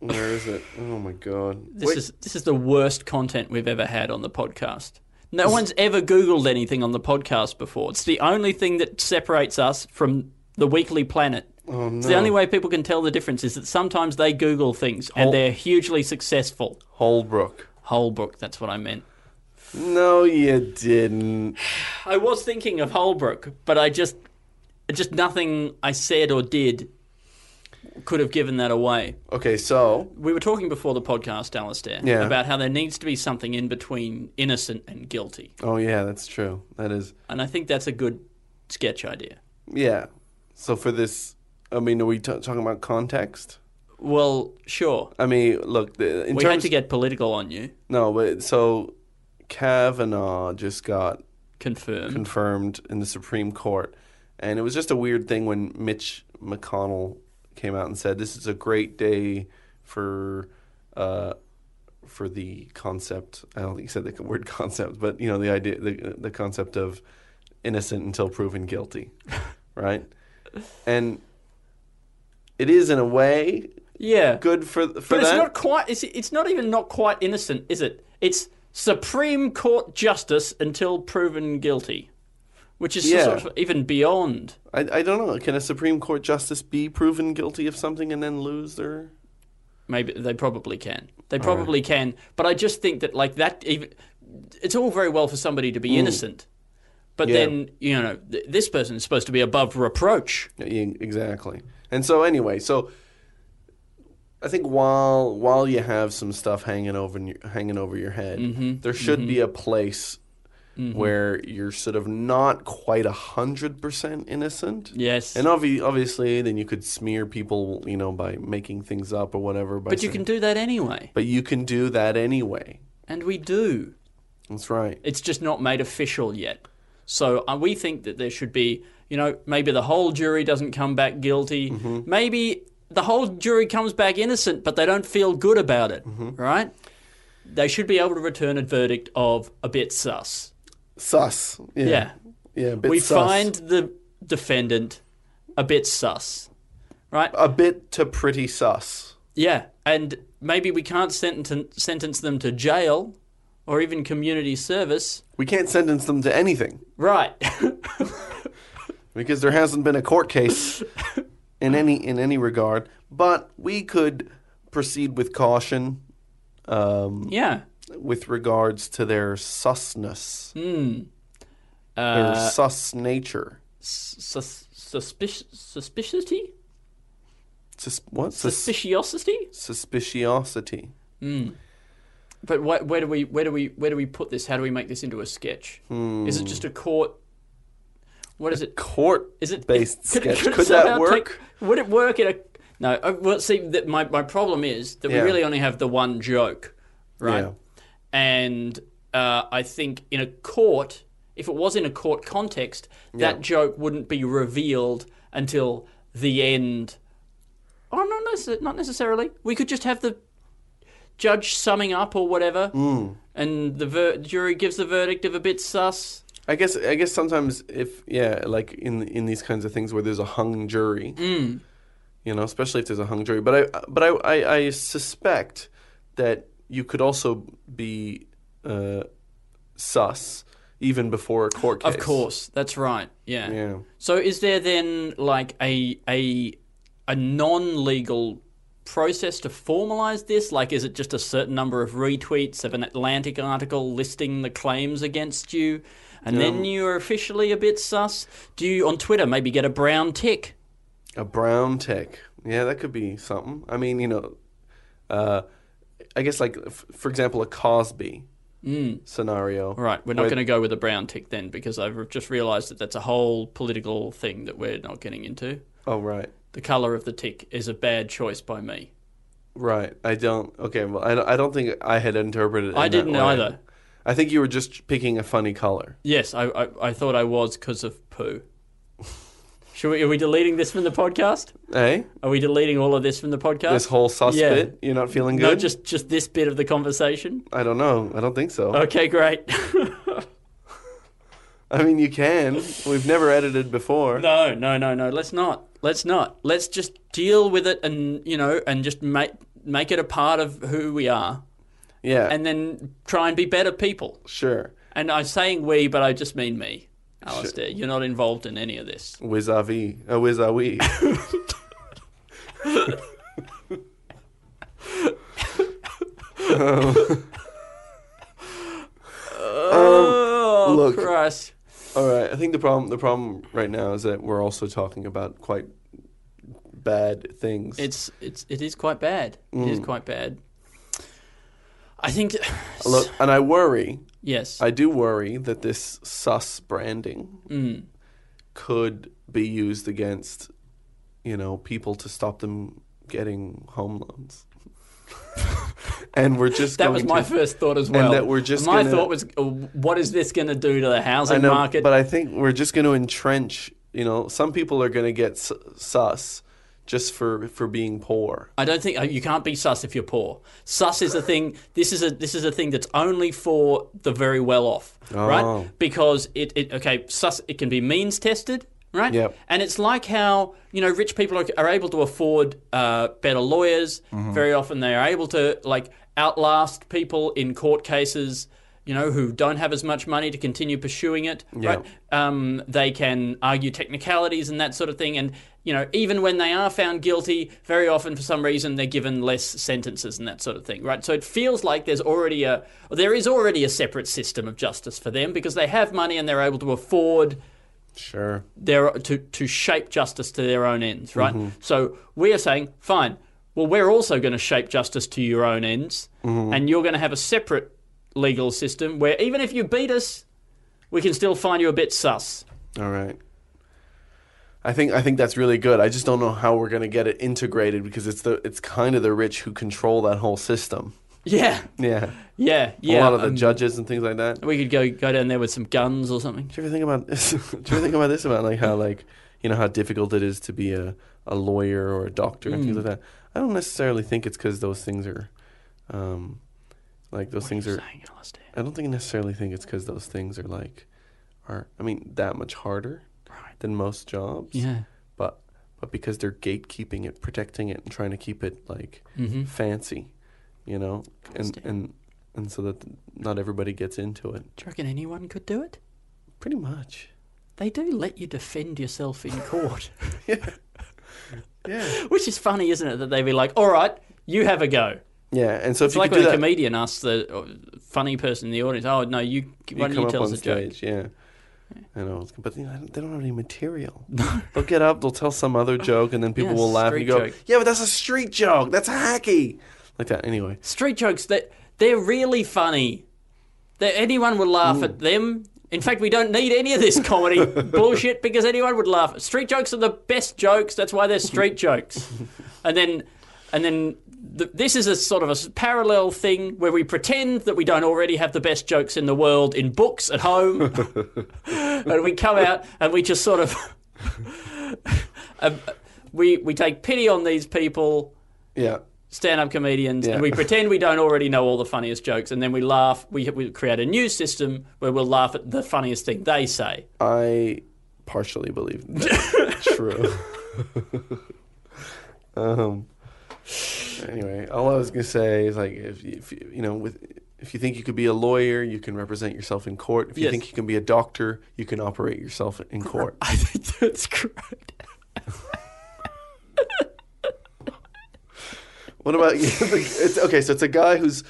C: And
D: Where is it? Oh my god.
C: this
D: Wait,
C: is this is the worst content we've ever had on the podcast. No one's ever Googled anything on the podcast before. It's the only thing that separates us from the Weekly Planet.
D: oh no.
C: It's the only way people can tell the difference is that sometimes they Google things and they're hugely successful.
D: Holbrook.
C: Holbrook, that's what I meant.
D: No, you didn't.
C: I was thinking of Holbrook, but I just just nothing I said or did could have given that away.
D: Okay, so
C: we were talking before the podcast, Alistair,
D: Yeah.
C: about how there needs to be something in between innocent and guilty.
D: oh yeah, that's true. That is
C: And I think that's a good sketch idea.
D: yeah. So for this, I mean, are we t- talking about context?
C: Well, sure.
D: I mean, look, the, in
C: We
D: terms
C: had to get political on you.
D: no, but so Kavanaugh just got
C: Confirmed.
D: confirmed in the Supreme Court. And it was just a weird thing when Mitch McConnell came out and said, "This is a great day for uh, for the concept." I don't think he said the word concept, but you know the idea, the the concept of innocent until proven guilty, right? And it is in a way
C: yeah.
D: good for for
C: but it's
D: that.
C: not quite it's, it's not even not quite innocent, is it? It's Supreme Court justice until proven guilty. Which is
D: Yeah.
C: sort of even beyond.
D: I I don't know. Can a Supreme Court justice be proven guilty of something and then lose their?
C: Maybe they probably can. They probably can. But I just think that like that even it's all very well for somebody to be innocent, but
D: Yeah.
C: then you know th- this person is supposed to be above reproach.
D: Yeah, yeah, E-, Exactly. And so anyway, so I think while while you have some stuff hanging over in your, hanging over your head,
C: Mm-hmm.
D: there should be a place where you're sort of not quite a hundred percent innocent.
C: Yes.
D: And obvi- obviously, then you could smear people, you know, by making things up or whatever. By
C: But you can
D: saying-
C: do that anyway,
D: But you can do that anyway.
C: and we do.
D: That's right.
C: It's just not made official yet. So uh, we think that there should be, you know, maybe the whole jury doesn't come back guilty. Maybe the whole jury comes back innocent, but they don't feel good about it, right? They should be able to return a verdict of a bit sus.
D: Sus. Yeah.
C: Yeah.
D: Yeah, a bit
C: we
D: sus.
C: find the defendant a bit sus, right?
D: Uh, a bit to pretty sus.
C: Yeah, and maybe we can't sentence sentence them to jail or even community service.
D: We can't sentence them to anything
C: Right.
D: because there hasn't been a court case in any in any regard. But we could proceed with caution um,
C: yeah.
D: with regards to their susness,
C: Hmm.
D: their
C: Uh,
D: sus nature.
C: Sus- suspic- suspicity?
D: Sus- what Sus-
C: Suspiciosity?
D: suspiciosity?
C: But wh- where do we where do we where do we put this? How do we make this into a sketch? Is it just a court? What is it?
D: Hmm. Court
C: Is it
D: based
C: could-
D: sketch?
C: could
D: Could,
C: it
D: that
C: somehow
D: work?
C: take- would it work in a no? uh, Well, see, that my my problem is that
D: Yeah.
C: we really only have the one joke, right?
D: Yeah.
C: And uh, I think in a court, if it was in a court context, that joke wouldn't be revealed until the end. Oh, not necess- not necessarily. We could just have the judge summing up or whatever,
D: Mm.
C: and the ver- jury gives the verdict of a bit sus.
D: I guess I guess sometimes if yeah, like in in these kinds of things where there's a hung jury,
C: Mm.
D: you know, especially if there's a hung jury. But I but I I, I suspect that you could also be uh, sus even before a court case.
C: Of course, that's right. Yeah.
D: Yeah.
C: So is there then like a a a non-legal process to formalize this? Like is it just a certain number of retweets of an Atlantic article listing the claims against you and then you're officially a bit sus? Do you on Twitter maybe get a brown tick?
D: A brown tick. Yeah, that could be something. I mean, you know, uh, I guess like f- for example, a Cosby scenario.
C: All Mm. right, we're not going to go with a brown tick then because I've just realized that that's a whole political thing that we're not getting into.
D: Oh right.
C: The color of the tick is a bad choice by me.
D: Right. I don't. Okay. Well, I don't, I don't think I had interpreted it.
C: I
D: in that
C: didn't
D: way.
C: either.
D: I think you were just picking a funny color.
C: Yes, I, I, I thought I was because of poo. Should we, are we deleting this from the podcast?
D: Eh?
C: Are we deleting all of this from the podcast?
D: This whole sus
C: Yeah.
D: bit? You're not feeling good?
C: no, just just this bit of the conversation.
D: I don't know. I don't think so.
C: Okay, great.
D: I mean, you can. We've never edited before.
C: no, no, no, no. Let's not. Let's not. Let's just deal with it, and you know, and just make make it a part of who we are,
D: Yeah.
C: and then try and be better people.
D: sure.
C: And I'm saying we, but I just mean me, Alistair. You're not involved in any of this.
D: Wiz a vis. A whiz a wee.
C: Oh,
D: look.
C: Christ.
D: All right. I think the problem the problem right now is that we're also talking about quite bad things.
C: It's it's it is quite bad. It
D: Mm.
C: is quite bad. I think.
D: Look, and I worry
C: yes.
D: I do worry that this sus branding
C: Mm.
D: could be used against, you know, people to stop them getting home loans. and we're just
C: that
D: going
C: was my
D: to,
C: first thought as well.
D: that we're just
C: my
D: gonna-
C: thought was, uh, what is this going to do to the housing
D: I know,
C: market?
D: but I think we're just going to entrench. You know, some people are going to get s- sus just for for being poor.
C: I don't think uh, you can't be sus if you're poor. Sus is a thing. This is a this is a thing that's only for the very well off,
D: Oh.
C: right? Because it, it okay sus it can be means tested, right?
D: Yep.
C: And it's like how you know rich people are, are able to afford uh, better lawyers. Very often they are able to like outlast people in court cases. You know who don't have as much money to continue pursuing it, right? um, they can argue technicalities and that sort of thing. And you know, even when they are found guilty, very often for some reason they're given less sentences and that sort of thing, right? So it feels like there's already a there is already a separate system of justice for them because they have money and they're able to afford
D: Sure.
C: their to to shape justice to their own ends, right?
D: Mm-hmm.
C: So we are saying, fine. Well, we're also going to shape justice to your own ends,
D: Mm-hmm.
C: and you're going to have a separate legal system where even if you beat us, we can still find you a bit sus.
D: All right. I think I think that's really good. I just don't know how we're going to get it integrated because it's the it's kind of the rich who control that whole system.
C: Yeah,
D: Yeah.
C: yeah, yeah.
D: a lot of the
C: um,
D: judges and things like that. Do
C: we could go go down there with some guns or something.
D: you ever think about this? Do you ever think about this about like how like you know how difficult it is to be a, a lawyer or a doctor and things like that? I don't necessarily think it's because those things are, um, like those things are.
C: Hang on, Alistair.
D: I don't think necessarily think it's because those things are like, are I mean that much harder than most jobs.
C: Yeah.
D: But but because they're gatekeeping it, protecting it, and trying to keep it like fancy, you know, and and and so that not everybody gets into it.
C: Do you reckon anyone could do it?
D: Pretty much.
C: They do let you defend yourself in court,
D: Yeah.
C: which is funny, isn't it? That they'd be like, "All right, you have a go."
D: Yeah, and so if
C: It's
D: you
C: like
D: could
C: when
D: do
C: a
D: that,
C: comedian asks the uh, funny person in the audience, "Oh no, you why don't
D: you come
C: you
D: up
C: tell
D: on
C: us a joke?"
D: stage, yeah. I know, it's- but you know, I don't- they don't have any material. they'll get up, they'll tell some other joke, and then people
C: Yeah,
D: will laugh and
C: street
D: you go,
C: joke.
D: "Yeah, but that's a street joke. That's hacky." Like that. Anyway,
C: Street jokes that they're really funny. That anyone would laugh at them. In fact, we don't need any of this comedy bullshit because anyone would laugh. Street jokes are the best jokes. That's why they're street jokes. And then, and then th- this is a sort of a s- parallel thing where we pretend that we don't already have the best jokes in the world in books at home, and we come out and we just sort of. um, we, we take pity on these people
D: yeah.
C: stand-up comedians
D: Yeah.
C: and we pretend we don't already know all the funniest jokes and then we laugh we, we create a new system where we'll laugh at the funniest thing they say
D: I partially believe that's true. um, anyway, all I was gonna say is like if, you- if you you know with if you think you could be a lawyer, you can represent yourself in court. If you
C: Yes.
D: think you can be a doctor, you can operate yourself in court.
C: i think that's great
D: What about you? it's, okay? So it's a guy who's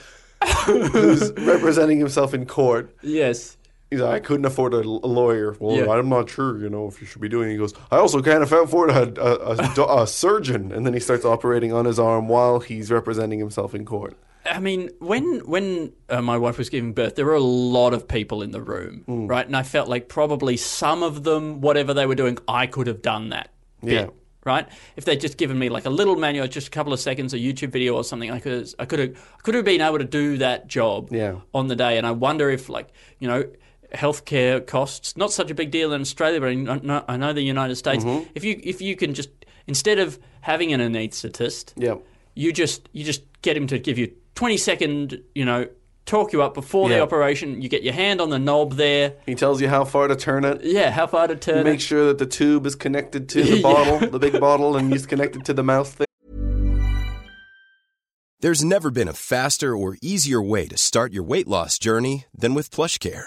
D: who's representing himself in court.
C: yes
D: He's like, I couldn't afford a, l- a lawyer. Well,
C: Yeah.
D: I'm not sure, you know, if you should be doing. it. He goes, I also can't afford a, a, a do- a surgeon, and then he starts operating on his arm while he's representing himself in court.
C: I mean, when when uh, my wife was giving birth, there were a lot of people in the room,
D: Hmm.
C: right? And I felt like probably some of them, whatever they were doing, I could have done that. bit,
D: Yeah.
C: right. If they'd just given me like a little manual, just a couple of seconds, a YouTube video or something, I could I could have I could have been able to do that job
D: Yeah.
C: on the day. And I wonder if like you know. Healthcare costs not such a big deal in Australia, but I know, I know the United States.
D: Mm-hmm.
C: If you if you can just instead of having an anaesthetist,
D: Yeah,
C: you just you just get him to give you 20 second you know talk you up before
D: Yeah.
C: the operation you get your hand on the knob there
D: he tells you how far to turn it.
C: yeah how far to turn
D: Make
C: it.
D: sure that the tube is connected to the
C: Yeah.
D: bottle, the big bottle, and it's connected to the mouth thing.
E: There's never been a faster or easier way to start your weight loss journey than with PlushCare.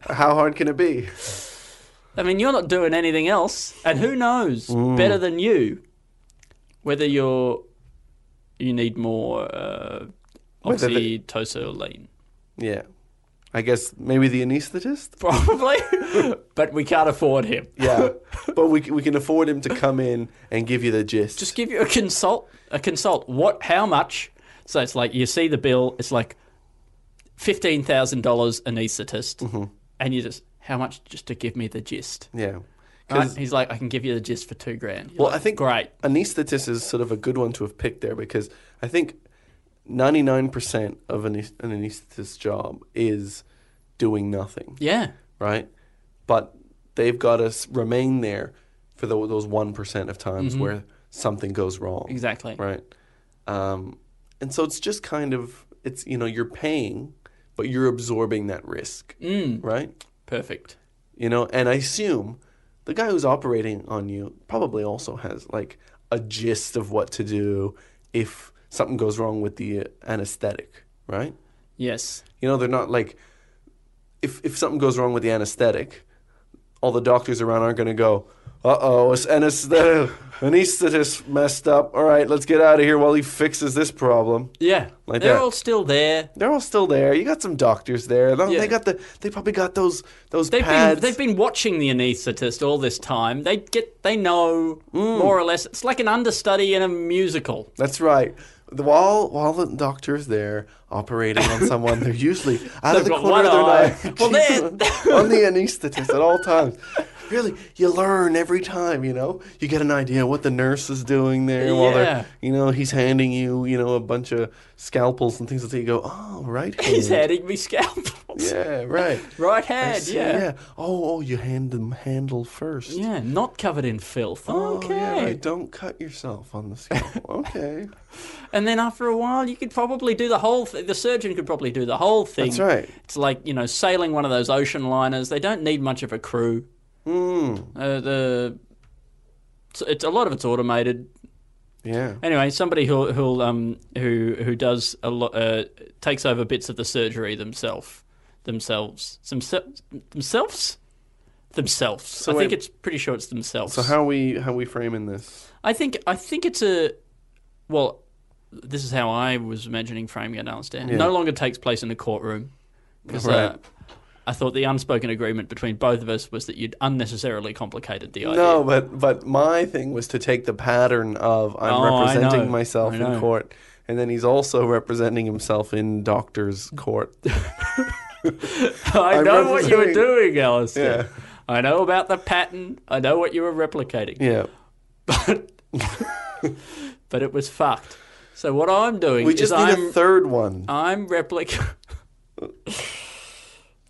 D: How hard can it be?
C: i mean you're not doing anything else and who knows
D: Mm.
C: better than you whether you're you need more uh,
D: Whether the-
C: oxytocin
D: Yeah, I guess maybe the anesthetist.
C: probably but we can't afford him
D: Yeah, but we c- we can afford him to come in and give you the gist.
C: just give you a consult a consult what how much so it's like you see the bill it's like $15000 anesthetist
D: Mm-hmm.
C: and you just how much just to give me the gist
D: yeah,
C: right?
D: 'Cause-
C: he's like i can give you the gist for two grand You're
D: well,
C: like,
D: I think
C: great
D: anesthetist is sort of a good one to have picked there because I think ninety nine percent of an, anes- an anesthetist's job is doing nothing,
C: yeah
D: right? But they've got to s- remain there for tho- those one percent of times where something goes wrong.
C: Mm-hmm. exactly
D: Right. Um, and so it's just kind of it's you know you're paying, but you're absorbing that risk,
C: Mm.
D: right?
C: perfect
D: you know and i assume the guy who's operating on you probably also has like a gist of what to do if something goes wrong with the anesthetic right
C: yes
D: you know they're not like if if something goes wrong with the anesthetic all the doctors around aren't going to go uh-oh it's anesthetic anesthetist messed up all right let's get out of here while he fixes this problem
C: yeah
D: Like
C: they're
D: that.
C: all still there
D: they're all still there you got some doctors there they
C: Yeah.
D: got the they probably got those those
C: They've been,
D: pads
C: they've been watching the anaesthetist all this time. They get they know
D: Mm.
C: more or less. It's like an understudy in a musical.
D: That's right. The, while while the doctor's there operating on someone, they're usually out
C: They've
D: of the
C: got
D: corner of
C: one
D: their
C: eye.
D: eye
C: Well, they're-
D: on the anesthetist at all times. really, you learn every time. You know, you get an idea what the nurse is doing there
C: Yeah.
D: while they're, you know, he's handing you, you know, a bunch of scalpels and things like that. You go, oh, right.
C: He's
D: hand.
C: handing me scalpels.
D: Yeah, right.
C: Right
D: I
C: hand,
D: see,
C: yeah. yeah.
D: Oh, oh, you hand them handle first.
C: not covered in filth.
D: Oh,
C: okay.
D: yeah, right. Don't cut yourself on the scalpel. okay.
C: And then after a while, you could probably do the whole. Th- the surgeon could probably do the whole thing.
D: That's right.
C: It's like you know sailing one of those ocean liners. They don't need much of a crew.
D: Hmm.
C: Mm. Uh, the it's, it's a lot of it's automated.
D: Yeah.
C: Anyway, somebody who who um who who does a lot uh, takes over bits of the surgery themselves themselves themselves themselves themselves. I think
D: wait.
C: it's pretty sure it's themselves.
D: So how we how we framing this?
C: I think I think it's a well. This is how I was imagining framing it. I understand. No longer takes place in a courtroom because uh,
D: Right.
C: I thought the unspoken agreement between both of us was that you'd unnecessarily complicated the idea.
D: No, but but my thing was to take the pattern of I'm
C: Oh, I know.
D: representing myself
C: I
D: in
C: know.
D: court, and then he's also representing himself in doctor's court.
C: I
D: I'm
C: know what you were
D: representing-
C: doing, Alistair.
D: Yeah.
C: I know about the pattern. I know what you were replicating.
D: yeah.
C: But it was fucked. So what I'm doing
D: We
C: is
D: just need
C: I'm
D: a third one.
C: I'm replic.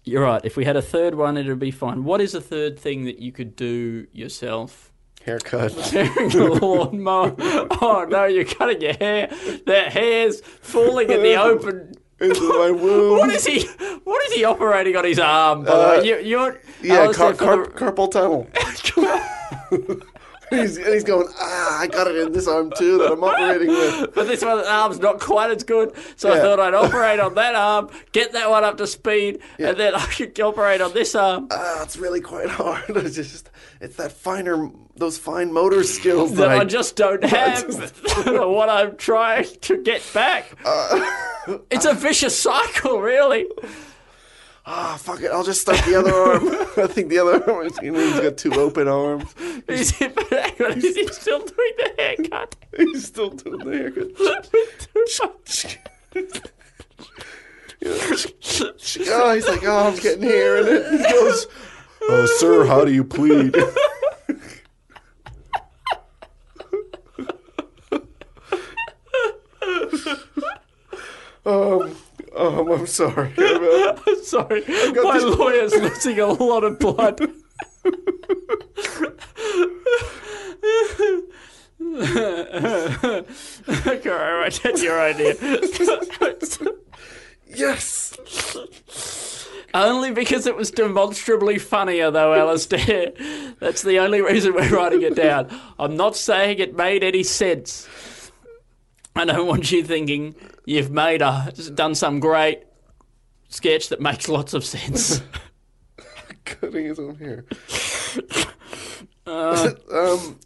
C: You're right. If we had a third one, it'd be fine. What is a third thing that you could do yourself?
D: Haircut.
C: Tearing a lawnmower. Oh no, you're cutting your hair. That hair's falling in the open.
D: Into my womb.
C: What is he? What is he operating on his arm? By the way?
D: Uh,
C: you, you're
D: Yeah,
C: Alistair,
D: car- car-
C: for the-
D: carpal tunnel. he's, and he's going, ah, I got it in this arm too that I'm operating with.
C: But this one arm's not quite as good, so I
D: Yeah.
C: thought I'd operate on that arm, get that one up to speed, and then I could operate on this arm.
D: Ah, it's really quite hard. It's just, it's that finer, those fine motor skills that,
C: that I,
D: I
C: just don't have what I'm trying to get back. it's a vicious cycle, really.
D: Ah, fuck it. I'll just start the other arm. I think the other arm is, you know, he's got two open arms.
C: Is he, hang on, is he still doing the haircut?
D: He's still doing the haircut. Oh, he's like, oh, I'm getting hair in it. He goes, oh, sir, how do you plead? um, um, I'm sorry. about-
C: Sorry, my
D: this-
C: lawyer's losing a lot of blood. okay, all right, that's your idea.
D: Yes.
C: Only because it was demonstrably funnier, though, Alistair. That's the only reason we're writing it down. I'm not saying it made any sense. I don't want you thinking you've made a done some great sketch that makes lots of sense.
D: Cutting his own hair.
C: Uh.
D: um,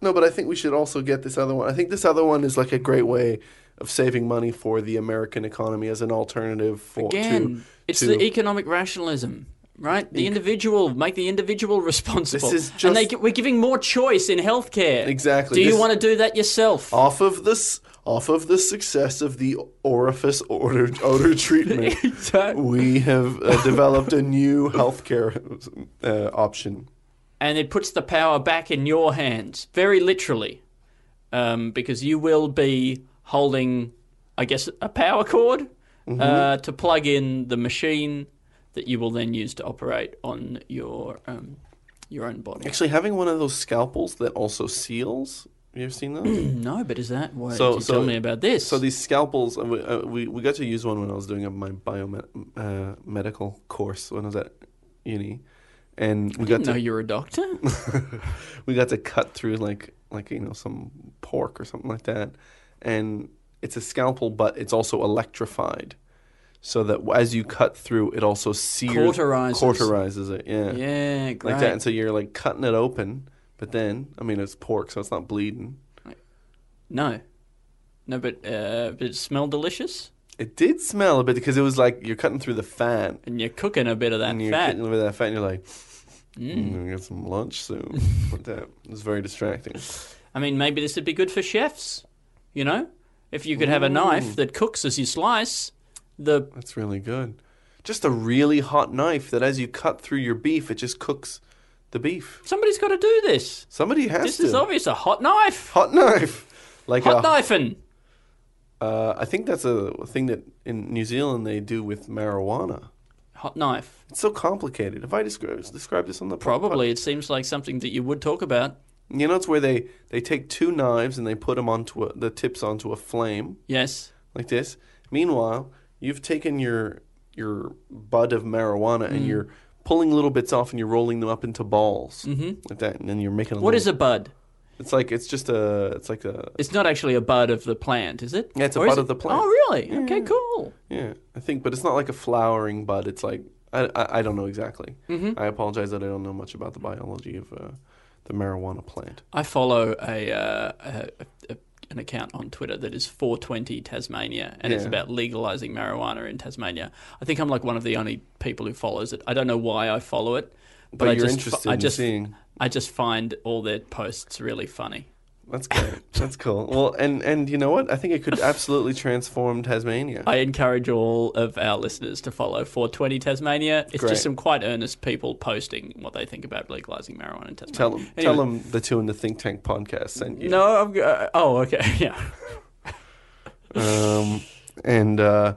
D: no, but I think we should also get this other one. I think this other one is like a great way of saving money for the American economy as an alternative for
C: Again,
D: to,
C: it's
D: to-
C: the economic rationalism, right? The individual, make the individual responsible.
D: This is
C: and they,
D: just-
C: gi- we're giving more choice in healthcare.
D: Exactly.
C: Do you
D: This- Oh.
C: want to do that yourself?
D: off of this off of the success of the orifice odor, odor treatment.
C: Exactly.
D: We have uh, developed a new healthcare uh, option.
C: and it puts the power back in your hands, very literally, um, because you will be holding, I guess, a power cord
D: Mm-hmm.
C: uh, to plug in the machine that you will then use to operate on your um, your own body.
D: Actually, having one of those scalpels that also seals. You ever seen those?
C: No, but is that what
D: So-
C: you
D: so-
C: tell me about this?
D: So these scalpels, uh, we, uh, we we got to use one when I was doing my biomed uh, medical course when I was at uni, and we got
C: no,
D: to
C: you're a doctor.
D: we got to cut through like like you know some pork or something like that, and it's a scalpel, but it's also electrified, so that as you cut through, it also sears
C: Cauterizes.
D: cauterizes it, yeah,
C: yeah, great.
D: like that, and so you're like cutting it open, but then I mean it's pork, so it's not bleeding.
C: No, no, but uh, but it smelled delicious,
D: It did smell a bit because it was like you're cutting through the fat.
C: and you're cooking a bit of that
D: and you're
C: fat.
D: getting over that fat, and you're like, mm. "I'm gonna get some lunch soon." but that was very distracting.
C: I mean, maybe this would be good for chefs. You know, if you could have a knife that cooks as you slice, the
D: That's really good. Just a really hot knife that, as you cut through your beef, it just cooks the beef.
C: Somebody's got to do this.
D: Somebody has
C: This
D: to.
C: is obvious. A hot knife.
D: Hot knife. Like
C: Hot
D: a,
C: knifing.
D: Uh, I think that's a thing that in New Zealand they do with marijuana.
C: Hot knife.
D: It's so complicated. If I describe describe this on the pro-
C: Probably. It seems like something that you would talk about.
D: you know, it's where they they take two knives and they put them onto a, the tips onto a flame
C: Yes.
D: like this. Meanwhile, you've taken your your bud of marijuana
C: Mm-hmm.
D: and you're pulling little bits off and you're rolling them up into balls like that, and then you're making. A
C: Mm-hmm. What
D: little,
C: is a bud?
D: It's like it's just a. It's like a.
C: It's not actually a bud of the plant, is it?
D: Yeah, it's a
C: is
D: bud
C: it-
D: of the plant.
C: Oh, really? Okay, cool.
D: Yeah, I think, but it's not like a flowering bud. It's like I, I, I don't know exactly.
C: Mm-hmm.
D: I apologize that I don't know much about the biology of uh, the marijuana plant.
C: I follow a, uh, a, a an account on Twitter that is 420 Tasmania, and it's
D: Yeah.
C: about legalizing marijuana in Tasmania. I think I'm like one of the only people who follows it. I don't know why I follow it, but,
D: But
C: I
D: you're
C: just,
D: interested
C: I
D: in
C: just,
D: seeing.
C: I just find all their posts really funny.
D: That's great. That's cool. Well, and and you know what? I think it could absolutely transform Tasmania.
C: I encourage all of our listeners to follow 420 Tasmania. It's
D: Great.
C: just some quite earnest people posting what they think about legalizing marijuana in Tasmania.
D: tell them,
C: Anyway.
D: tell them the two in the think tank podcast sent you.
C: No, I'm. g- Uh, oh, okay, yeah.
D: Um, and uh,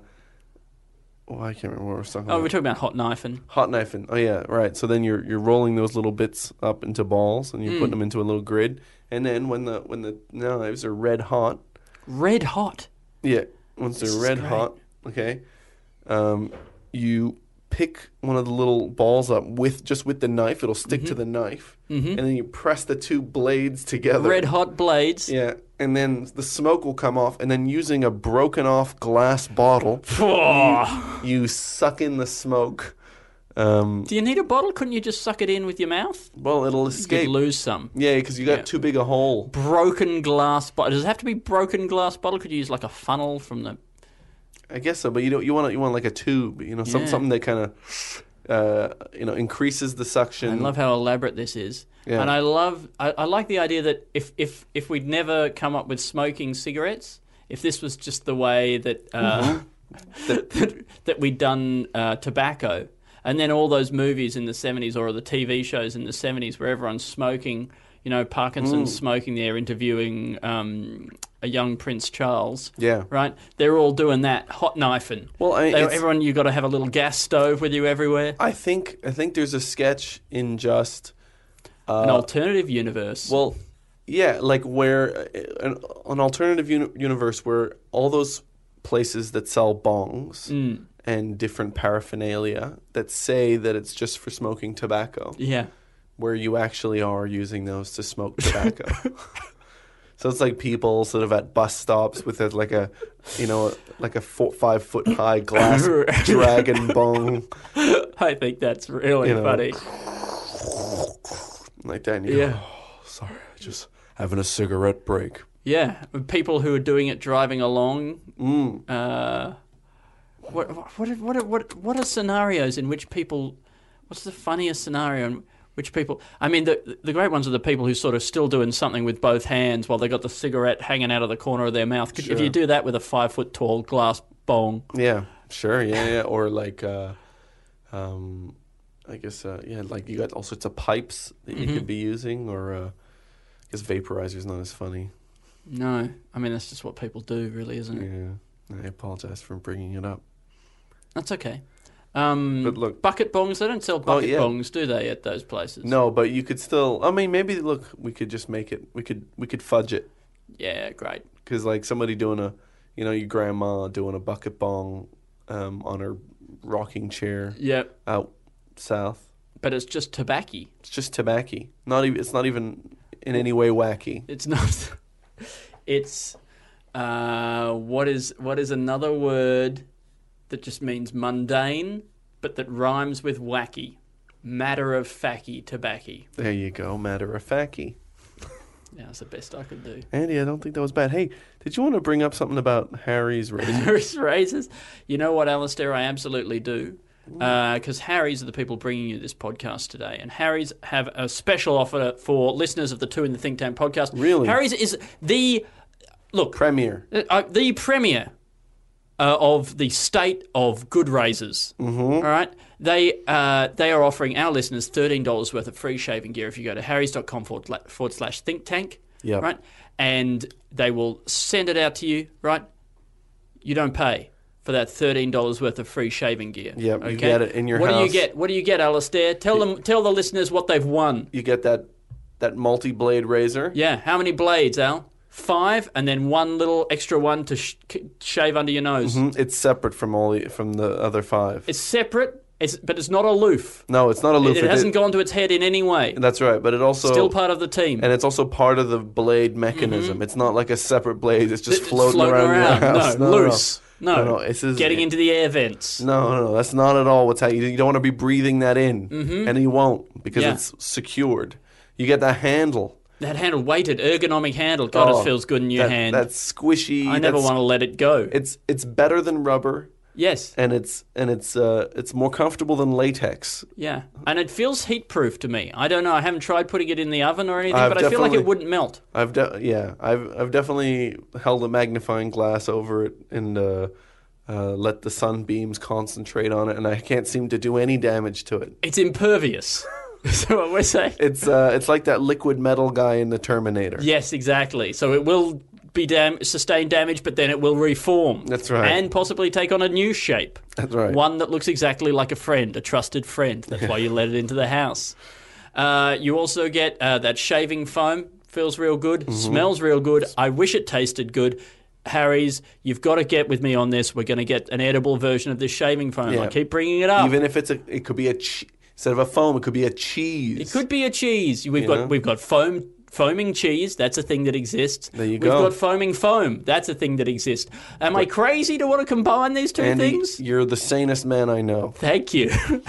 D: oh, I can't remember what we're talking
C: Oh, we're
D: about.
C: talking about hot knifing.
D: Hot knifing. Oh yeah, right. So then you're you're rolling those little bits up into balls, and you're
C: Mm.
D: putting them into a little grid. And then when the when the knives are red hot,
C: Red hot.
D: Yeah, once they're red hot, okay, um, you pick one of the little balls up with just with the knife. It'll stick
C: Mm-hmm.
D: to the knife, and then you press the two blades together.
C: Red hot blades.
D: Yeah, and then the smoke will come off, and then using a broken off glass bottle, you suck in the smoke. Um,
C: Do you need a bottle? Couldn't you just suck it in with your mouth?
D: well, it'll
C: You'd
D: escape.
C: lose some.
D: Yeah, because you got too big a hole.
C: Broken glass bottle. Does it have to be broken glass bottle? Could you use like a funnel from the?
D: I guess so, but you don't. You want you want like a tube, you know, some,
C: Yeah.
D: something that kind of, uh, you know, increases the suction.
C: I love how elaborate this is,
D: Yeah.
C: and I love. I, I like the idea that if if if we'd never come up with smoking cigarettes, if this was just the way that uh,
D: Mm-hmm.
C: that, that we'd done uh, tobacco, and then all those movies in the seventies or the TV shows in the seventies where everyone's smoking. You know, Parkinson's
D: Mm.
C: smoking there, interviewing um, a young Prince Charles.
D: Yeah.
C: Right? They're all doing that, hot knifing.
D: Well, I-
C: They-
D: it's-
C: everyone, you've got to have a little gas stove with you everywhere.
D: I think I think there's a sketch in just Uh,
C: An alternative universe.
D: well, yeah, like where uh, an, an alternative uni- universe where all those places that sell bongs
C: Hmm.
D: and different paraphernalia that say that it's just for smoking tobacco,
C: Yeah.
D: where you actually are using those to smoke tobacco. So it's like people sort of at bus stops with a, like a, you know, like a four, five foot high glass dragon bong
C: I think that's really
D: You know.
C: funny.
D: like that. And you go, "Oh,
C: Yeah.
D: sorry, I just having a cigarette break.
C: Yeah. People who are doing it driving along.
D: Mm.
C: Uh, what, what, what, what, what are scenarios in which people. What's the funniest scenario in which people. I mean, the, the great ones are the people who sort of still doing something with both hands while they got the cigarette hanging out of the corner of their mouth. 'Cause If you do that with a five foot tall glass bong.
D: Yeah, sure. Yeah, yeah. Or like, uh, um, I guess, uh, yeah, like you got all sorts of pipes that you could be using, or uh, I guess vaporizer's not as funny.
C: No. I mean, that's just what people do, really, isn't it?
D: Yeah, I apologize for bringing it up.
C: That's okay. Um,
D: But look- Oh,
C: bucket bongs. They don't sell bucket
D: yeah.
C: bongs, do they, at those places?
D: No, but you could still. I mean, maybe look, we could just make it. We could we could fudge it
C: Yeah, great.
D: because like somebody doing a, you know, your grandma doing a bucket bong, um, on her rocking chair
C: Yep.
D: out south.
C: But it's just tobacco.
D: It's just tobacco. Not even. It's not even in any way wacky.
C: It's not. It's uh, what is what is another word that just means mundane, but that rhymes with wacky. Matter of facky tobacco.
D: There you go, matter of facky.
C: Yeah, that's the best I could do.
D: Andy, I don't think that was bad. Hey, did you want to bring up something about Harry's razor?
C: Harry's razors. You know what, Alistair? I absolutely do. Because Harry's are the people bringing you this podcast today, and Harry's have a special offer for listeners of the Two in the Think Tank podcast.
D: Really?
C: Harry's is the look
D: Premier.
C: uh, the premier uh, of the state of good razors. Mm-hmm. right, They uh, they are offering our listeners thirteen dollars worth of free shaving gear if you go to harrys.com forward, la- forward slash think tank.
D: Yep.
C: Right, and they will send it out to you. Right, you don't pay for that thirteen dollars worth of free shaving gear.
D: Yep, you get it in your
C: What do you
D: house.
C: get? What do you get, Alistair? Tell them tell the listeners what they've won.
D: You get that that multi blade razor.
C: Yeah, how many blades, Al? Five, and then one little extra one to sh- k- shave under your nose.
D: Mm, It's separate from all the, from the other five.
C: It's separate, it's, but it's not aloof.
D: no, it's not a loofah.
C: It hasn't gone to its head in any way.
D: That's right, but it also
C: Still part of the team.
D: and it's also part of the blade mechanism. It's not like a separate blade. It's just
C: It's
D: floating, around, in your house.
C: No, loose. No,
D: no, this is-
C: getting into the air vents.
D: No, no, no, that's not at all what's happening. You don't want to be breathing that in, and you won't because
C: Mm-hmm. Yeah.
D: it's secured. You get that handle.
C: That handle, weighted, ergonomic handle. God,
D: Oh,
C: it feels good in your
D: that,
C: hand.
D: That squishy.
C: I never
D: that's-
C: want to let it go.
D: It's it's better than rubber,
C: yes,
D: and it's and it's uh it's more comfortable than latex.
C: yeah, and it feels heat proof to me. I don't know. I haven't tried putting it in the oven or anything,
D: I've
C: but I feel like it
D: definitely-
C: wouldn't melt.
D: I've de- yeah, I've I've definitely held a magnifying glass over it and uh, uh, let the sunbeams concentrate on it, and I can't seem to do any damage to it.
C: It's impervious. Is that what we're saying?
D: It's uh, it's like that liquid metal guy in the Terminator.
C: Yes, exactly. So it will be dam- sustain damage, but then it will reform.
D: That's right.
C: And possibly take on a new shape.
D: That's right.
C: One that looks exactly like a friend, a trusted friend. That's why you let it into the house. Uh, you also get uh, that shaving foam. Feels real good.
D: Mm-hmm.
C: Smells real good. I wish it tasted good. Harry's, you've got to get with me on this. We're going to get an edible version of this shaving foam.
D: Yeah.
C: I keep bringing it up.
D: Even if it's a, it could be a che- instead of a foam, it could be a cheese.
C: It could be a cheese. We've got we've got foam foaming cheese. That's a thing that exists.
D: There you
C: we've
D: go.
C: got foaming foam. That's a thing that exists. Am I crazy to want to combine these two
D: Andy,
C: things?
D: you're the sanest man I know.
C: Thank you.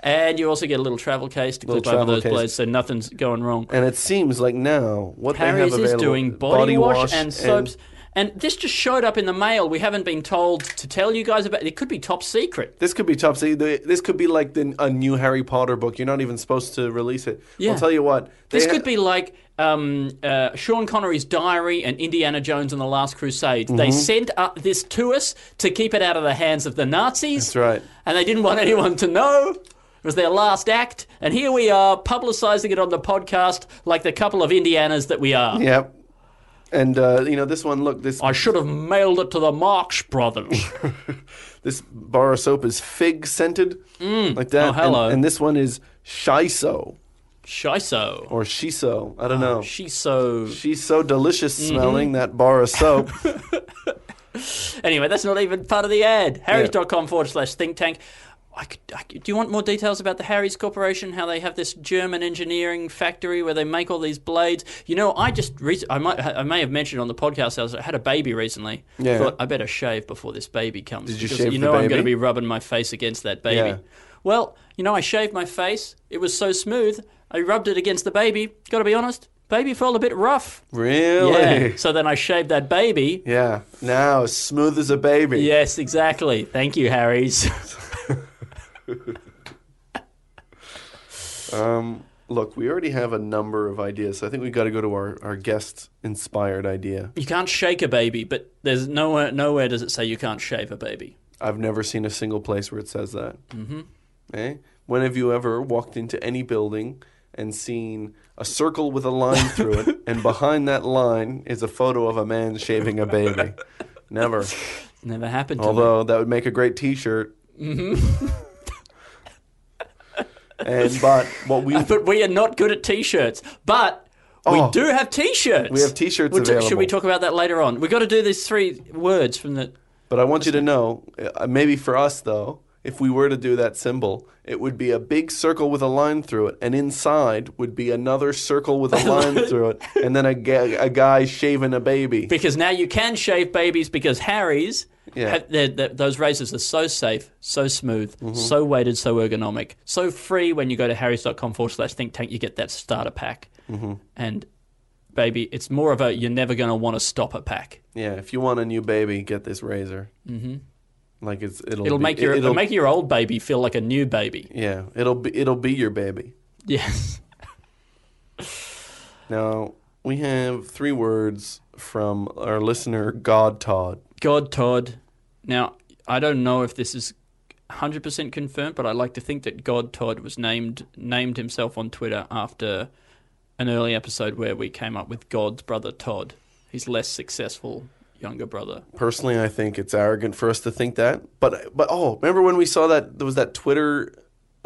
C: and you also get a little travel case to
D: Little
C: clip over
D: travel
C: those
D: case.
C: blades, so nothing's going wrong.
D: And it seems like now what
C: Harry's
D: they have
C: is
D: available
C: doing body, wash, and soaps. And this just showed up in the mail. We haven't been told to tell you guys about. It could be top secret.
D: This could be top. See, th- this could be like the, a new Harry Potter book. You're not even supposed to release it.
C: Yeah.
D: I'll tell you what.
C: This
D: they
C: could
D: ha-
C: be like um, uh, Sean Connery's diary and Indiana Jones and the Last Crusade.
D: Mm-hmm.
C: They sent up this to us to keep it out of the hands of the Nazis.
D: That's right.
C: And they didn't want anyone to know. It was their last act. And here we are publicizing it on the podcast like the couple of Indianas that we are.
D: Yep. And uh, you know this one. Look, this
C: I should have mailed it to the Marx brothers.
D: this bar of soap is fig scented, like that.
C: Oh, hello.
D: And, and this one is shiso
C: Shiso.
D: or shiso. I don't know.
C: She's so.
D: She's so delicious
C: Mm-hmm.
D: smelling that bar of soap.
C: Anyway, that's not even part of the ad. Harry's.com forward slash think tank. I could, I could- do you want more details about the Harry's Corporation? How they have this German engineering factory where they make all these blades? You know, I just rec I might I may have mentioned on the podcast I, was, I had a baby recently.
D: Yeah.
C: Thought I better shave before this baby comes. Did
D: you shave
C: You
D: the
C: know I'm going to
D: baby?
C: be rubbing my face against that baby.
D: Yeah.
C: Well, you know I shaved my face. It was so smooth. I rubbed it against the baby. Got to be honest, baby felt a bit rough.
D: really?
C: Yeah. So then I shaved that baby.
D: Yeah. Now as smooth as a baby.
C: Yes, exactly. Thank you, Harry's.
D: Look, we already have a number of ideas, so I think we got to go to our our guest inspired idea.
C: you can't shake a baby, but there's nowhere nowhere does it say you can't shave a baby.
D: I've never seen a single place where it says that. Mm-hmm. Eh? When have you ever walked into any building and seen a circle with a line through it, and behind that line is a photo of a man shaving a baby? Never.
C: Never happened to me.
D: Although that would make a great T-shirt. Mm-hmm. and but what we
C: But we are not good at t-shirts. But we
D: Oh.
C: do have t-shirts.
D: We have t-shirts
C: We'll t- Should we
D: available.
C: talk about that later on? We've got to do these three words from the
D: But I want you to know, uh, maybe for us though, if we were to do that symbol, it would be a big circle with a line through it, and inside would be another circle with a line through it, and then a, ga- a guy shaving a baby.
C: because now you can shave babies because Harry's
D: Yeah.
C: have, they're, they those razors are so safe, so smooth,
D: Mm-hmm.
C: so weighted, so ergonomic, so free. When you go to harrys.com forward slash think tank, you get that starter pack.
D: Mm-hmm.
C: And baby, it's more of a you're never going to want to stop a pack.
D: Yeah, if you want a new baby, get this razor. Mm-hmm. Like it's it'll
C: It'll
D: be-
C: make your
D: it-
C: it'll, make your old baby feel like a new baby.
D: yeah it'll be it'll be your baby.
C: Yes.
D: Now we have three words from our listener God Todd.
C: God, Todd. Now, I don't know if this is 100% confirmed, but I like to think that God Todd was named named himself on Twitter after an early episode where we came up with God's brother Todd, his less successful younger brother.
D: Personally, I think it's arrogant for us to think that. But but oh, remember when we saw that there was that Twitter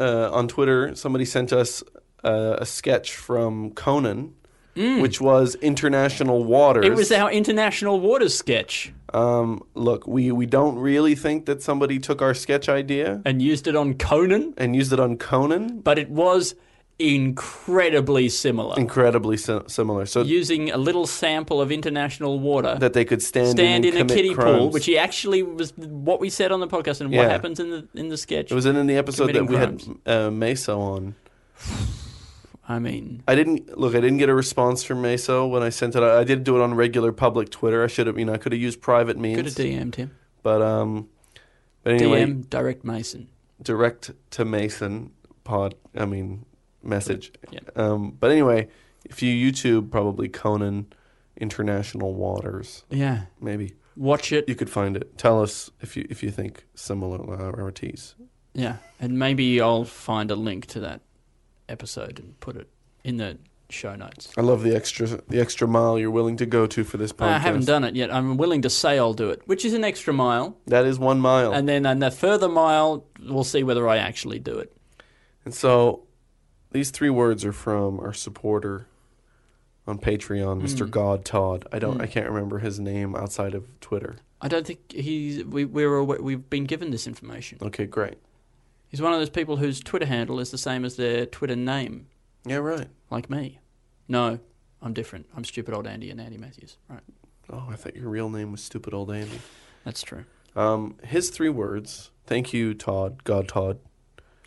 D: uh, on Twitter somebody sent us uh, a sketch from Conan, which was international waters.
C: Mm. It was our international waters sketch
D: um, look, we we don't really think that somebody took our sketch idea
C: and used it on Conan,
D: and used it on Conan.
C: but it was incredibly similar.
D: Incredibly si- similar. So
C: Using a little sample of international water
D: that they could stand,
C: stand
D: in,
C: in a
D: and commit
C: kiddie pool,
D: crimes.
C: which he actually was what we said on the podcast and
D: Yeah.
C: what happens in the in the sketch.
D: it was in, in the episode that
C: committing
D: we had uh, Meso on.
C: I mean,
D: I didn't look. I didn't get a response from Meso when I sent it. out. I did do it on regular public Twitter. I should have. You know, I could have used private
C: could have
D: means.
C: DM'd him.
D: but um, but anyway,
C: DM direct Mason.
D: direct to Mason pod. I mean, message.
C: Yeah.
D: Um, but anyway, if you YouTube probably Conan International Waters,
C: Yeah,
D: maybe
C: watch it.
D: you could find it. Tell us if you if you think uh, similarities.
C: Yeah, and maybe I'll find a link to that episode and put it in the show notes.
D: I love the extra the extra mile you're willing to go to for this podcast.
C: I haven't done it yet. I'm willing to say I'll do it, which is an extra mile.
D: That is one mile.
C: And then on the further mile, we'll see whether I actually do it.
D: And so these three words are from our supporter on Patreon,
C: Mm.
D: Mr. God Todd. I don't I can't remember his name outside of Twitter.
C: I don't think he's. We, we're aware, we've been given this information.
D: Okay, great.
C: He's one of those people whose Twitter handle is the same as their Twitter name,
D: Yeah, right.
C: like me. No, I'm different. I'm stupid old Andy and Andy Matthews. Right,
D: Oh, I thought your real name was stupid old Andy.
C: that's true.
D: Um his three words. Thank you, Todd, God Todd.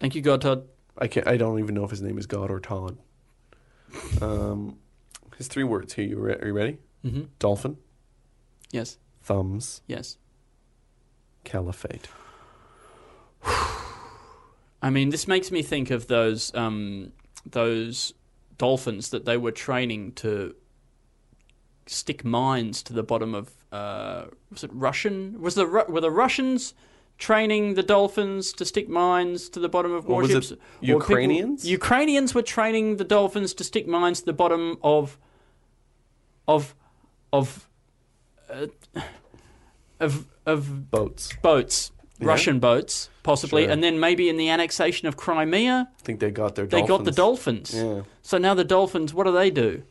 C: Thank you, God Todd.
D: I can't I don't even know if his name is God or Todd. Um his three words here. You re- are you ready?
C: Mhm.
D: Dolphin,
C: Yes,
D: thumbs,
C: yes.
D: caliphate.
C: I mean, this makes me think of those um, those dolphins that they were training to stick mines to the bottom of. Uh, was it Russian? Was the Ru- were the Russians training the dolphins to stick mines to the bottom of
D: Or was it
C: warships? people-
D: Ukrainians?
C: Ukrainians were training the dolphins to stick mines to the bottom of of of uh, of of
D: Boats.
C: boats, Russian boats, possibly, and then maybe in the annexation of Crimea,
D: I think they got their
C: they
D: dolphins.
C: got the dolphins.
D: Yeah.
C: So now the dolphins, what do they do?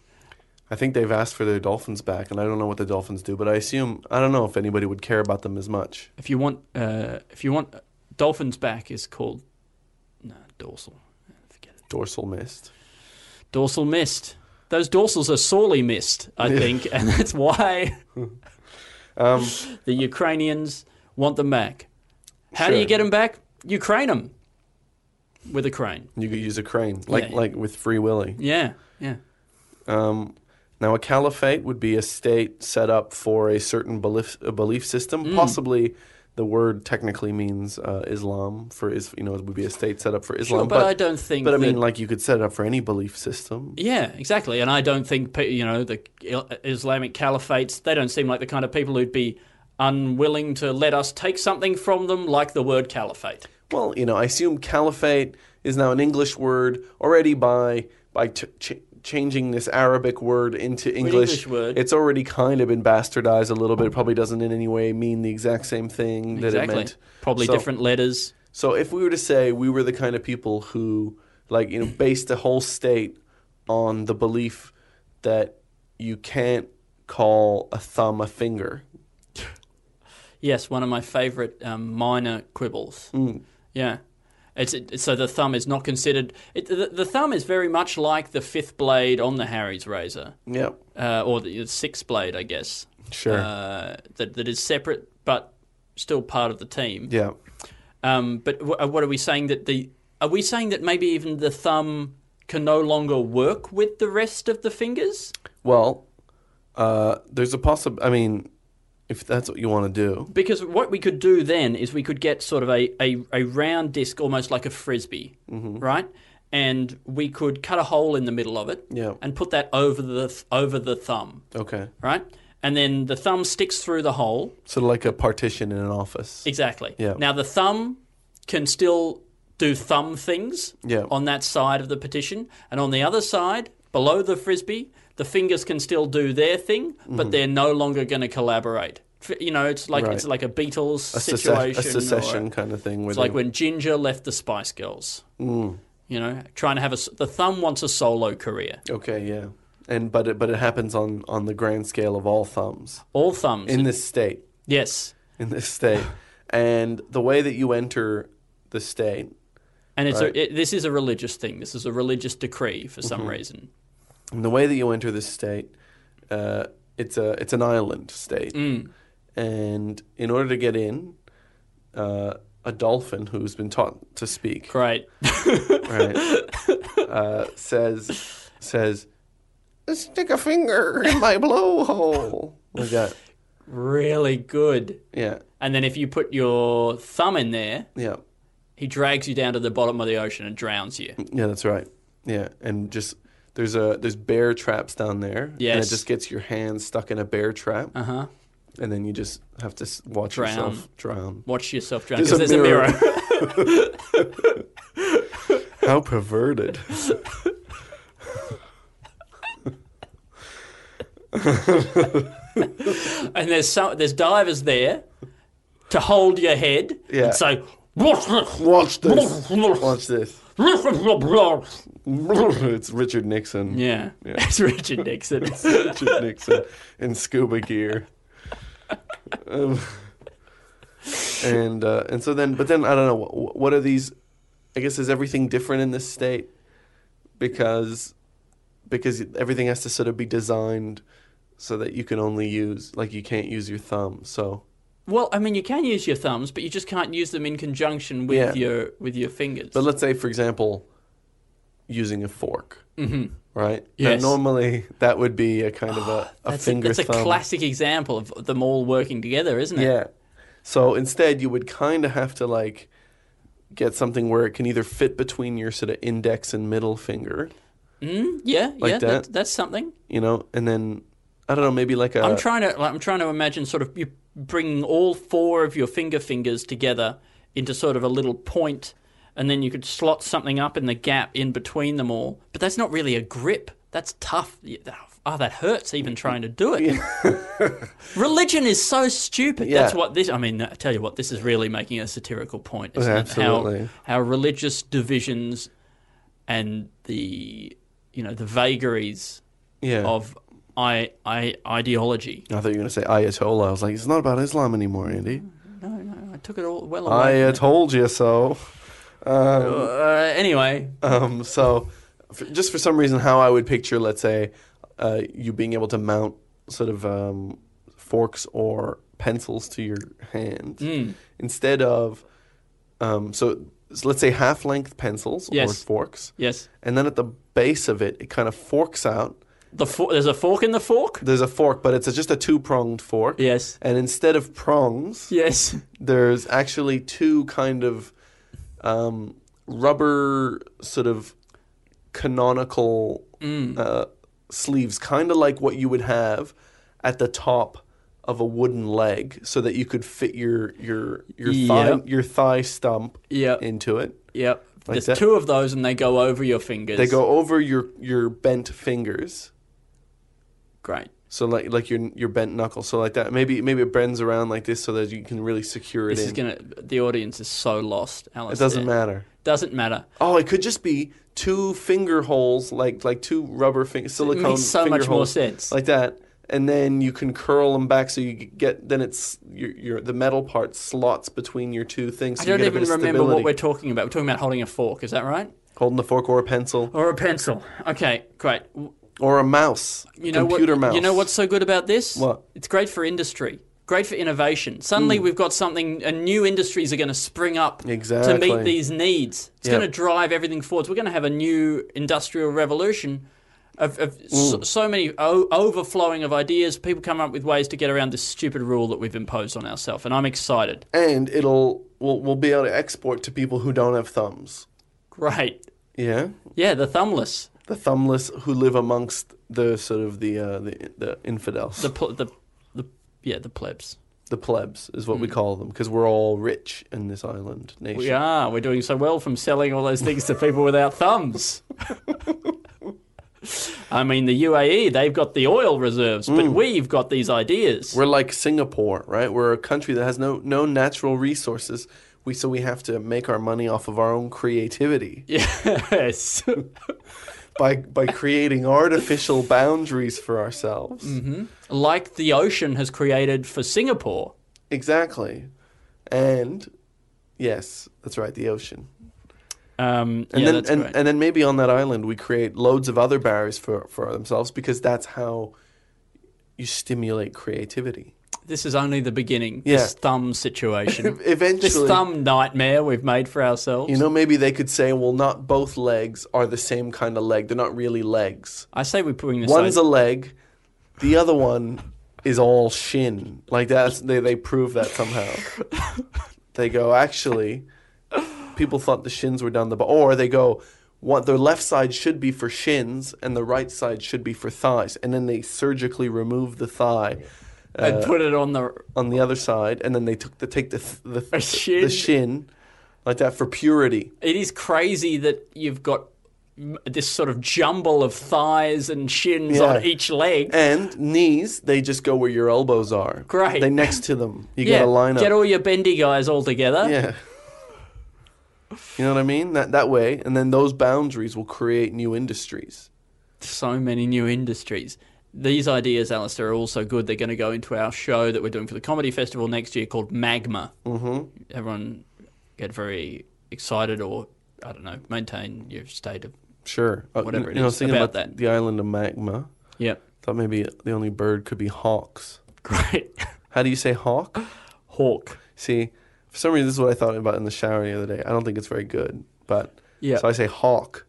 D: I think they've asked for their dolphins back, and I don't know what the dolphins do, but I assume I don't know if anybody would care about them as much.
C: If you want, uh, if you want, dolphins back is called no dorsal. Forget it.
D: Dorsal mist.
C: Dorsal missed. Those dorsals are sorely missed, I think, and that's why
D: Um,
C: the Ukrainians want them back. How do you
D: Sure.
C: get them back? You crane them with a crane.
D: you could use a crane, like
C: Yeah.
D: like with Free Willy.
C: Yeah, yeah.
D: Um, now, a caliphate would be a state set up for a certain belief a belief system.
C: Mm.
D: Possibly, the word technically means uh, Islam. For is you know, it would be a state set up for Islam.
C: but I don't think
D: But I
C: that-
D: mean, like you could set it up for any belief system.
C: Yeah, exactly. And I don't think pe- you know the Il- Islamic caliphates. They don't seem like the kind of people who'd be unwilling to let us take something from them, like the word caliphate.
D: Well, you know, I assume caliphate is now an English word already by by ch- ch- changing this Arabic word into English.
C: English word.
D: It's already kind of been bastardized a little bit. It probably doesn't in any way mean the exact same thing that
C: exactly.
D: it meant.
C: Probably
D: So-
C: different letters.
D: So if we were to say we were the kind of people who like you know based the whole state on the belief that you can't call a thumb a finger.
C: Yes, one of my favourite um, minor quibbles.
D: Mm.
C: Yeah. It's, it, so the thumb is not considered. It, the, the thumb is very much like the fifth blade on the Harry's razor,
D: Yep.
C: uh, or the sixth blade, I guess.
D: Sure.
C: Uh, that that is separate but still part of the team.
D: yeah.
C: Um, but w- uh, what are we saying that the are we saying that maybe even the thumb can no longer work with the rest of the fingers
D: Well, uh, there's a possible. I mean, if that's what you want to do,
C: because what we could do then is we could get sort of a, a, a round disc almost like a frisbee
D: Mm-hmm.
C: right and we could cut a hole in the middle of it
D: Yeah.
C: and put that over the th- over the thumb
D: okay.
C: right and then the thumb sticks through the hole.
D: Sort of like a partition in an office.
C: Exactly.
D: Yeah.
C: Now the thumb can still do thumb things
D: Yeah.
C: on that side of the petition, and on the other side, below the frisbee, the fingers can still do their thing, but they're no longer going to collaborate. F- You know, it's like it's
D: Mm-hmm.
C: like
D: Right.
C: a Beatles
D: A, sece-
C: situation.
D: a secession
C: or-
D: kind of Mm. thing.
C: it's like when Ginger left the Spice Girls. You know, trying to have a s- the thumb wants a solo career.
D: Okay, yeah. And but it, but it happens on on the grand scale of all thumbs
C: All thumbs.
D: in this state.
C: yes,
D: In this state, and the way that you enter the state
C: and it's a, it, this is a religious thing. This is a religious decree for
D: Mm-hmm.
C: some reason.
D: And the way that you enter this state, uh, it's a it's an island state, and in order to get in, uh, a dolphin who's been taught to speak
C: Great.
D: right, uh, says says, stick a finger in my blowhole like that.
C: really good.
D: Yeah,
C: And then if you put your thumb in there,
D: yeah,
C: he drags you down to the bottom of the ocean and drowns you.
D: yeah. That's right. Yeah, and just there's a there's bear traps down there. and
C: Yes.
D: it just gets your hand stuck in a bear trap,
C: Uh huh.
D: and then you just have to s- watch
C: Drown.
D: yourself drown.
C: Watch yourself drown because there's, a mirror.
D: How perverted.
C: and there's some, there's divers there to hold your head
D: Yeah.
C: and say, "What's this?"
D: Watch this. Watch this. It's Richard Nixon.
C: Yeah, it's Richard Nixon.
D: Richard Nixon in scuba gear. Um, and uh, and so then, but then I don't know. What, what are these? I guess is everything different in this state because because everything has to sort of be designed so that you can only use like you can't use your thumb. So
C: well, I mean, you can use your thumbs, but you just can't use them in conjunction with
D: Yeah.
C: your with your fingers.
D: But let's say, for example, using a fork, mm-hmm. right?
C: Yes. Ah,
D: Now, normally that would be a kind of a, a
C: that's
D: finger
C: a, that's
D: thumb.
C: a classic example of them all working together, isn't it?
D: Yeah. So instead, you would kind of have to like get something where it can either fit between your sort of index and middle finger,
C: yeah, yeah.
D: Like
C: That.
D: that?
C: that's something.
D: you know, and then I don't know, maybe like a
C: I'm trying to like, I'm trying to imagine sort of you bringing all four of your finger fingers together into sort of a little point, and then you could slot something up in the gap in between them all. But that's not really a grip. That's tough. Yeah, that- Oh, that hurts even trying to do it. Religion is so stupid. That's
D: Yeah.
C: what this. I mean, I tell you what, this is really making a satirical point.
D: Yeah,
C: Isn't It?
D: absolutely.
C: How, how religious divisions and the you know the vagaries
D: yeah.
C: of I, I ideology.
D: I thought you were gonna say Ayatollah. I was like, it's not about Islam anymore, Andy.
C: No, no, I took it all well away.
D: I uh, told you so.
C: uh, anyway,
D: Um, so, f just for some reason, how I would picture, let's say, uh, you being able to mount sort of um, forks or pencils to your hand
C: Mm.
D: instead of, um, so, so let's say half length pencils
C: Yes.
D: or forks.
C: yes,
D: And then at the base of it, it kind of forks out.
C: the for- there's a fork in the fork.
D: There's a fork, but it's a, just a two pronged fork.
C: Yes.
D: And instead of prongs,
C: Yes,
D: there's actually two kind of um, rubber sort of canonical
C: Mm.
D: uh, sleeves, kind of like what you would have at the top of a wooden leg, so that you could fit your your your
C: Yep.
D: thigh your thigh stump
C: Yep.
D: into it.
C: yep.
D: Like
C: there's
D: that.
C: two of those, and they go over your fingers.
D: They go over your your bent fingers.
C: great.
D: So like like your your bent knuckle, so like that maybe maybe it bends around like this so that you can really secure it
C: This
D: in.
C: is gonna. The audience is so lost, Alice.
D: it doesn't
C: Yeah.
D: matter.
C: Doesn't matter.
D: Oh, it could just be two finger holes, like like two rubber finger, silicone
C: makes so
D: finger
C: much more
D: holes,
C: sense.
D: like that. And then you can curl them back, so you get then it's your, your the metal part slots between your two things. So
C: I
D: you
C: don't
D: get a
C: even
D: bit of
C: remember what
D: stability.
C: we're talking about. We're talking about holding a fork. Is that right?
D: holding the fork or a pencil
C: Or a pencil. Okay, great. W-
D: or a mouse,
C: You know
D: computer
C: what?
D: mouse.
C: You know what's so good about this?
D: What? Hmm.
C: It's great for industry. Great for innovation. Suddenly, we've got something, and new industries are going to spring up to meet
D: Exactly.
C: these needs. It's
D: Yep.
C: going to drive everything forwards. We're going to have a new industrial revolution of, of
D: Hmm.
C: so, so many o- overflowing of ideas. People come up with ways to get around this stupid rule that we've imposed on ourselves, and I'm excited.
D: And it'll we'll, we'll be able to export to people who don't have thumbs.
C: Great.
D: Yeah,
C: Yeah, the thumbless,
D: the thumbless who live amongst the sort of the uh, the the infidels.
C: the pl- the yeah, the plebs.
D: The plebs is what we
C: Hmm.
D: call them because we're all rich in this island nation.
C: We are. We're doing so well from selling all those things to people without thumbs. I mean, the UAE, they've got the oil reserves, but we've got these ideas.
D: Mm. We're like Singapore, right? We're a country that has no no natural resources. We so we have to make our money off of our own creativity
C: yes.
D: by by creating artificial boundaries for ourselves.
C: Mm-hmm. like the ocean has created for Singapore.
D: Exactly. And yes, that's right, the ocean.
C: Um,
D: And
C: yeah,
D: then
C: that's
D: and,
C: great.
D: and then maybe on that island we create loads of other barriers for, for themselves because that's how you stimulate creativity.
C: this is only the beginning.
D: Yeah.
C: This thumb situation.
D: Eventually
C: this thumb nightmare we've made for ourselves.
D: You know, maybe they could say, well, not both legs are the same kind of leg. They're not really legs.
C: I say we're putting this.
D: One's a
C: idea-
D: leg, the other one is all shin. Like that's they they prove that somehow. they go actually, people thought the shins were down the bo-" or they go. What their left side should be for shins and the right side should be for thighs, and then they surgically remove the thigh
C: and put it on the.
D: on the other side, and then they took the take the th- the, th-
C: shin.
D: the shin like that for purity.
C: It is crazy that you've got m- this sort of jumble of thighs and shins
D: Yeah.
C: on each leg.
D: And knees, they just go where your elbows are.
C: Great.
D: They next to them. You got a line up.
C: get all your bendy guys all together.
D: yeah. You know what I mean? That that way, and then those boundaries will create new industries.
C: so many new industries. These ideas, Alistair, are also good. They're going to go into our show that we're doing for the comedy festival next year called Magma. Mm-hmm. Everyone get very excited, or I don't know, maintain your state of
D: Sure. Uh,
C: Whatever it
D: you know, I
C: is
D: was thinking
C: about
D: about
C: that.
D: the island of magma.
C: yep,
D: Thought maybe the only bird could be hawks.
C: great
D: How do you say hawk?
C: hawk.
D: See, for some reason, this is what I thought about in the shower the other day. I don't think it's very good, but
C: Yeah.
D: So I say hawk,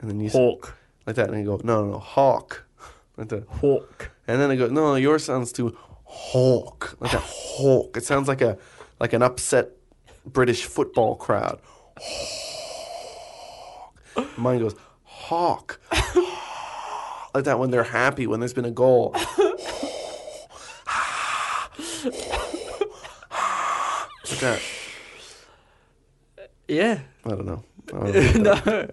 D: and then you s-
C: Hawk,
D: like that, and you go no, no, no hawk, like that.
C: hawk.
D: And then I go, no, yours sounds too hawk, like a hawk. It sounds like a like an upset British football crowd. Hawk. Mine goes hawk, like that when they're happy when there's been a goal. like that.
C: Yeah,
D: I don't know. I don't know.
C: no.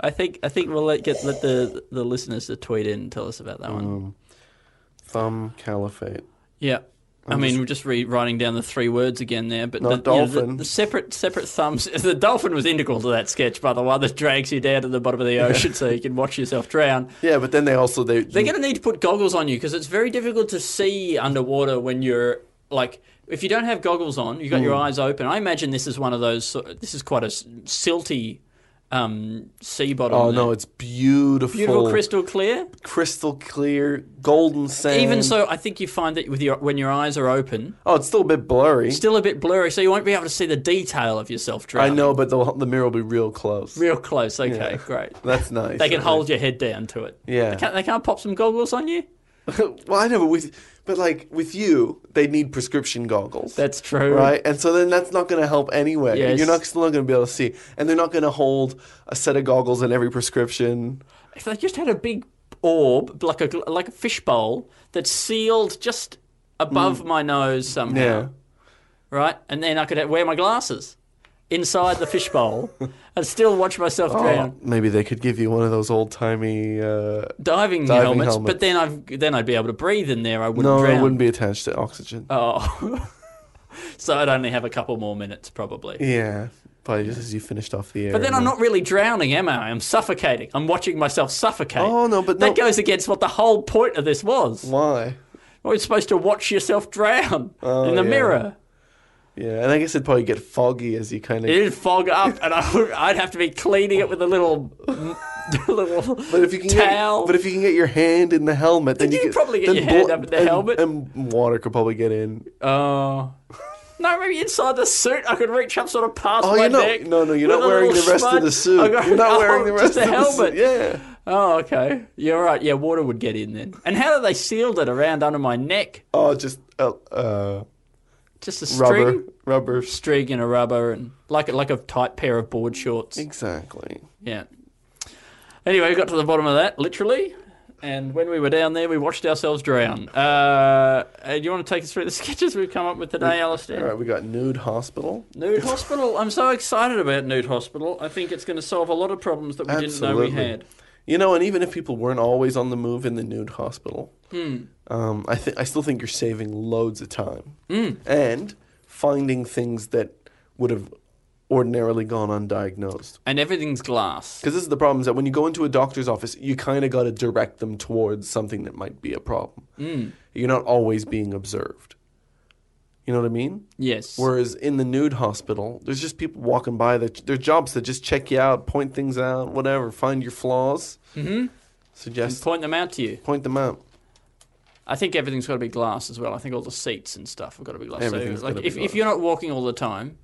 C: I think I think we'll let get let the the listeners to tweet in and tell us about that one.
D: Oh. Thumb caliphate.
C: Yeah. i mean, we're just rewriting down the three words again there, but the,
D: No,
C: you know, the-
D: dolphin.
C: the, separate, separate thumbs. The dolphin was integral to that sketch, by the way, that drags you down to the bottom of the ocean so you can watch yourself drown.
D: Yeah, but then they also they
C: They're going to need to put goggles on you because it's very difficult to see underwater when you're like if you don't have goggles on, you've got your
D: Hmm.
C: eyes open. I imagine this is one of those. sort of- This is quite a s- silty um, sea bottom.
D: Oh
C: there.
D: no, it's beautiful.
C: beautiful, crystal clear.
D: crystal clear, golden sand.
C: Even so, I think you find that with your when your eyes are open,
D: oh, it's still a bit blurry.
C: still a bit blurry, so you won't be able to see the detail of yourself
D: I
C: drowning.
D: know, but the the mirror will be real close.
C: Real close. Okay, great.
D: That's nice.
C: They can hold your head down to it.
D: Yeah.
C: They can't, they can't pop some goggles on you?
D: well, I know, but with but like with you, they need prescription goggles.
C: That's true.
D: right, and so then that's not going to help anyway.
C: Yes.
D: You're not still not going to be able to see, and they're not going to hold a set of goggles in every prescription.
C: If they just had a big orb, like a, gl- like a fishbowl, that's sealed just above my nose somehow,
D: Mm. Yeah.
C: right? And then I could wear my glasses inside the fishbowl and still watch myself drown.
D: Oh, maybe they could give you one of those old timey. Uh,
C: Diving,
D: Diving
C: helmets,
D: helmets.
C: but then I've then I'd be able to breathe in there. I wouldn't
D: no,
C: drown.
D: it wouldn't be attached to oxygen.
C: Oh. so I'd only have a couple more minutes probably.
D: yeah, probably just as you finished off the air.
C: But then I'm not really drowning, am I? I'm suffocating. I'm watching myself suffocate.
D: Oh, no, but
C: that
D: no-
C: goes against what the whole point of this was.
D: Why?
C: Well, you're supposed to watch yourself drown in the
D: Oh, yeah.
C: mirror.
D: Yeah, and I guess it'd probably get foggy as you kind of.
C: It'd fog up, and I would, I'd have to be cleaning it with a little, little
D: But if you can
C: towel.
D: Get, but if you can get your hand in the helmet, then
C: You
D: you,
C: can probably get
D: then
C: your hand up in the
D: and-
C: helmet.
D: and water could probably get in.
C: oh. No, maybe inside the suit I could reach up sort of past
D: Oh,
C: my
D: you're not.
C: neck.
D: No, no, you're
C: with
D: not
C: a
D: wearing the
C: little
D: rest of the
C: smudge.
D: suit.
C: I go,
D: you're not
C: oh,
D: wearing the rest
C: just a
D: of the
C: helmet.
D: suit. Yeah.
C: Oh, okay. You're right. Yeah, water would get in then. And how do they sealed it around under my neck?
D: Oh, just uh, uh,
C: Just a string,
D: rubber, rubber.
C: string and a rubber, and like like a tight pair of board shorts.
D: Exactly.
C: Yeah. Anyway, we got to the bottom of that literally, And when we were down there, we watched ourselves drown. Uh, uh, do you want to take us through the sketches we've come up with today,
D: All
C: Alistair?
D: right, we got Nude Hospital.
C: Nude Hospital. I'm so excited about Nude Hospital. I think it's going to solve a lot of problems that we didn't know we had.
D: You know, and even if people weren't always on the move in the nude hospital,
C: Hmm.
D: um, I think I still think you're saving loads of time
C: Hmm.
D: and finding things that would have ordinarily gone undiagnosed.
C: And everything's glass.
D: Because this is the problem: is that when you go into a doctor's office, you kind of got to direct them towards something that might be a problem.
C: Hmm.
D: You're not always being observed. You know what I mean?
C: Yes.
D: Whereas in the nude hospital, there's just people walking by. That their jobs to just check you out, point things out, whatever, find your flaws, mm-hmm. suggest,
C: Point them out to you.
D: point them out.
C: I think everything's got to be glass as well. I think all the seats and stuff have got to be glass. So,
D: Everything's
C: like
D: gotta be
C: if, if
D: glass. Mm.
C: you're not walking all the time,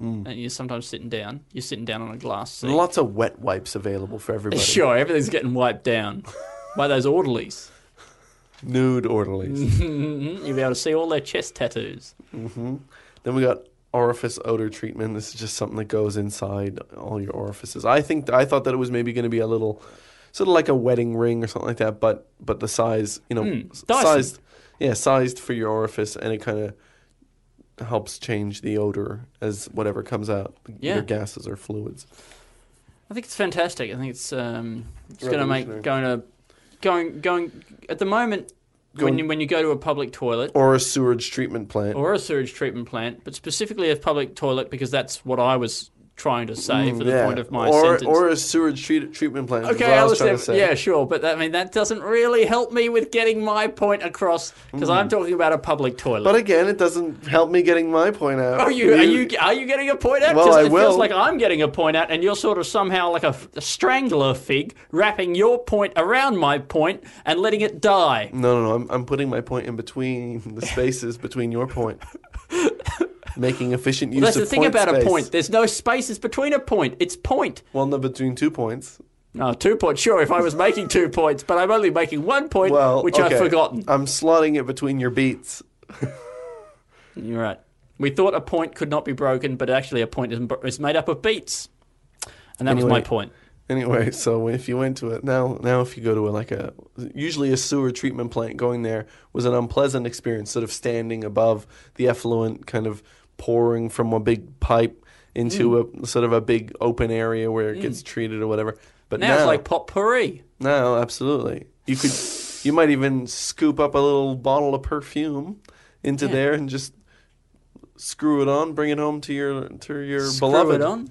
C: and you're sometimes sitting down, you're sitting down on a glass seat.
D: Lots of wet wipes available for everybody.
C: Sure, everything's getting wiped down by those orderlies.
D: Nude orderlies.
C: You'll be able to see all their chest tattoos.
D: then we got orifice odor treatment. This is just something that goes inside all your orifices. I think I thought that it was maybe going to be a little, sort of like a wedding ring or something like that. But but the size, you know, s-
C: Hmm, Dyson.
D: sized, yeah, sized for your orifice, and it kind of helps change the odor as whatever comes out,
C: Yeah.
D: your gases or fluids.
C: I think it's fantastic. I think it's um, it's going to make
D: revolutionary.
C: going to going going at the moment when
D: Going-
C: you, when you go to a public toilet
D: Or a sewage treatment plant.
C: or a sewage treatment plant, but specifically a public toilet because that's what I was trying to say for the
D: Mm, Yeah.
C: point of my
D: or,
C: sentence.
D: Or a sewage treat- treatment plant. is
C: Okay,
D: what I was trying
C: Alistair.
D: to say.
C: Yeah, sure, but that, I mean that doesn't really help me with getting my point across because
D: Hmm.
C: I'm talking about a public toilet.
D: But again, it doesn't help me getting my point out.
C: are you, are you are you getting a point out?
D: Well,
C: 'Cause
D: I
C: it feels
D: will.
C: like I'm getting a point out, and you're sort of somehow like a, f- a strangler fig wrapping your point around my point and letting it die.
D: No, no, no. I'm, I'm putting my point in between the spaces between your point. Making efficient use
C: That's
D: of
C: the thing
D: point
C: about
D: space.
C: a point. There's no spaces between a point. It's point.
D: Well, no, between two points.
C: No, two points. Sure, if I was making two points, but I'm only making one point,
D: Well,
C: which I've
D: okay.
C: forgotten.
D: I'm slotting it between your beats.
C: You're right. We thought a point could not be broken, but actually a point is, is made up of beats. And that was my
D: Anyway.
C: point.
D: Anyway, so if you went to it now, now if you go to a, like a usually a sewer treatment plant, going there was an unpleasant experience. Sort of standing above the effluent, kind of pouring from a big pipe into
C: Mm.
D: a sort of a big open area where it gets treated or whatever. But
C: Now
D: now,
C: it's like potpourri.
D: No, absolutely. You could, you might even scoop up a little bottle of perfume into there and just screw it on, bring it home to your to your
C: Screw
D: beloved.
C: it on.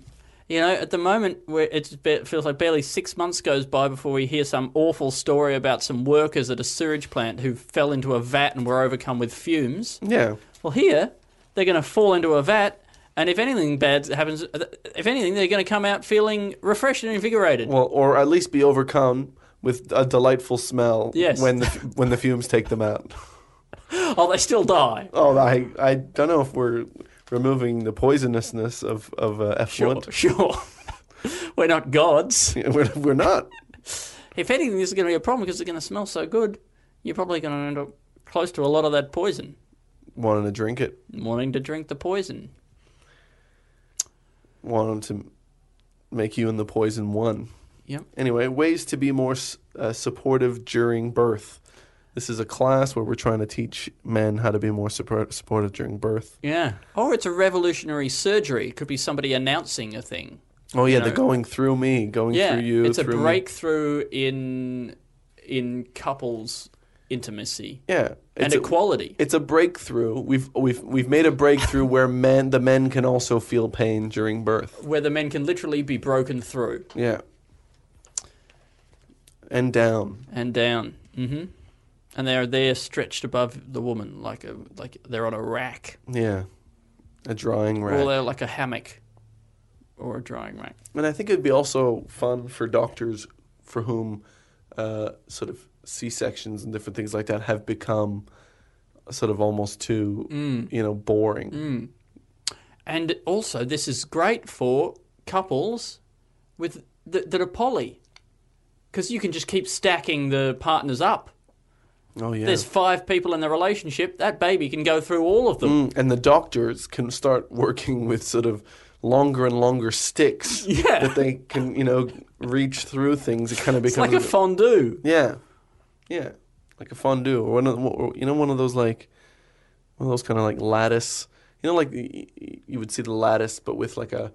C: You know, at the moment, where it's ba- it feels like barely six months goes by before we hear some awful story about some workers at a sewage plant who fell into a vat and were overcome with fumes.
D: Yeah,
C: Well, here they're going to fall into a vat, and if anything bad happens, if anything, they're going to come out feeling refreshed and invigorated.
D: well, or at least be overcome with a delightful smell.
C: Yes.
D: when the when the fumes take them out.
C: oh, they still die.
D: Oh, I I don't know if we're removing the poisonousness of of uh,
C: Sure,
D: effluent.
C: sure. We're not gods.
D: We're, we're not.
C: If anything, this is going to be a problem because it's going to smell so good. You're probably going to end up close to a lot of that poison,
D: Wanting to drink it.
C: wanting to drink the poison.
D: Wanting to make you and the poison one.
C: Yep.
D: Anyway, ways to be more s- uh, supportive during birth. This is a class where we're trying to teach men how to be more support- supportive during birth.
C: Yeah. Or it's a revolutionary surgery. It could be somebody announcing a thing.
D: Oh yeah, the going through me, going
C: Yeah.
D: through you.
C: it's a
D: through me.
C: breakthrough in in couples intimacy
D: Yeah,
C: and
D: it's a,
C: equality.
D: it's a breakthrough. We've we've we've made a breakthrough where men the men can also feel pain during birth.
C: where the men can literally be broken through
D: Yeah, and down.
C: and down.
D: Mm-hmm.
C: hmm And they're there stretched above the woman like a like they're on a rack.
D: Yeah, a drying rack.
C: Or they're like a hammock or a drying rack.
D: And I think it'd be also fun for doctors for whom uh, sort of C sections and different things like that have become sort of almost too
C: Mm.
D: you know boring.
C: And also, this is great for couples with that, that are poly, because you can just keep stacking the partners up.
D: Oh yeah.
C: There's five people in the relationship. That baby can go through all of them.
D: Mm, and the doctors can start working with sort of longer and longer sticks
C: Yeah.
D: that they can you know reach through things. It kind of
C: It's
D: becomes
C: like a fondue.
D: yeah. Yeah, like a fondue or one of or, you know one of those like one of those kind of like lattice. You know, like y- y- you would see the lattice, but with like a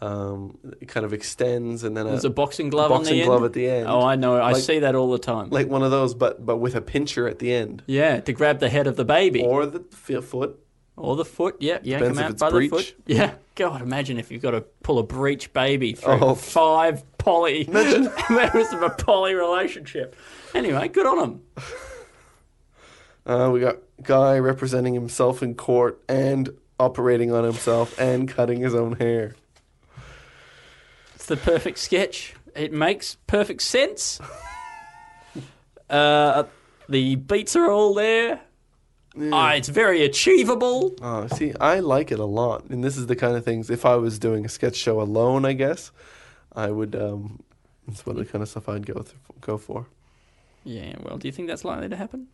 D: um, it kind of extends and then
C: There's a boxing glove on the
D: boxing
C: end.
D: glove at the end.
C: Oh, I know. I
D: Like-
C: see that all the time.
D: like one of those, but but with a pincher at the end
C: yeah, to grab the head of the baby or,
D: or the f- foot.
C: the foot. Yeah, yeah,
D: Depends
C: come
D: if
C: out
D: it's
C: by
D: breech.
C: the foot. Yeah. God, imagine if you've got to pull a breech baby through
D: Oh.
C: five poly members of a poly relationship. Anyway, good on them.
D: Uh, we got guy representing himself in court and operating on himself and cutting his own hair.
C: It's the perfect sketch. It makes perfect sense. uh, the beats are all there. Ah, it's very achievable.
D: Oh, see, I like it a lot, and this is the kind of things. If I was doing a sketch show alone, I guess I would. Um, that's what the kind of stuff I'd go th- go for.
C: Yeah, well, do you think that's likely to happen?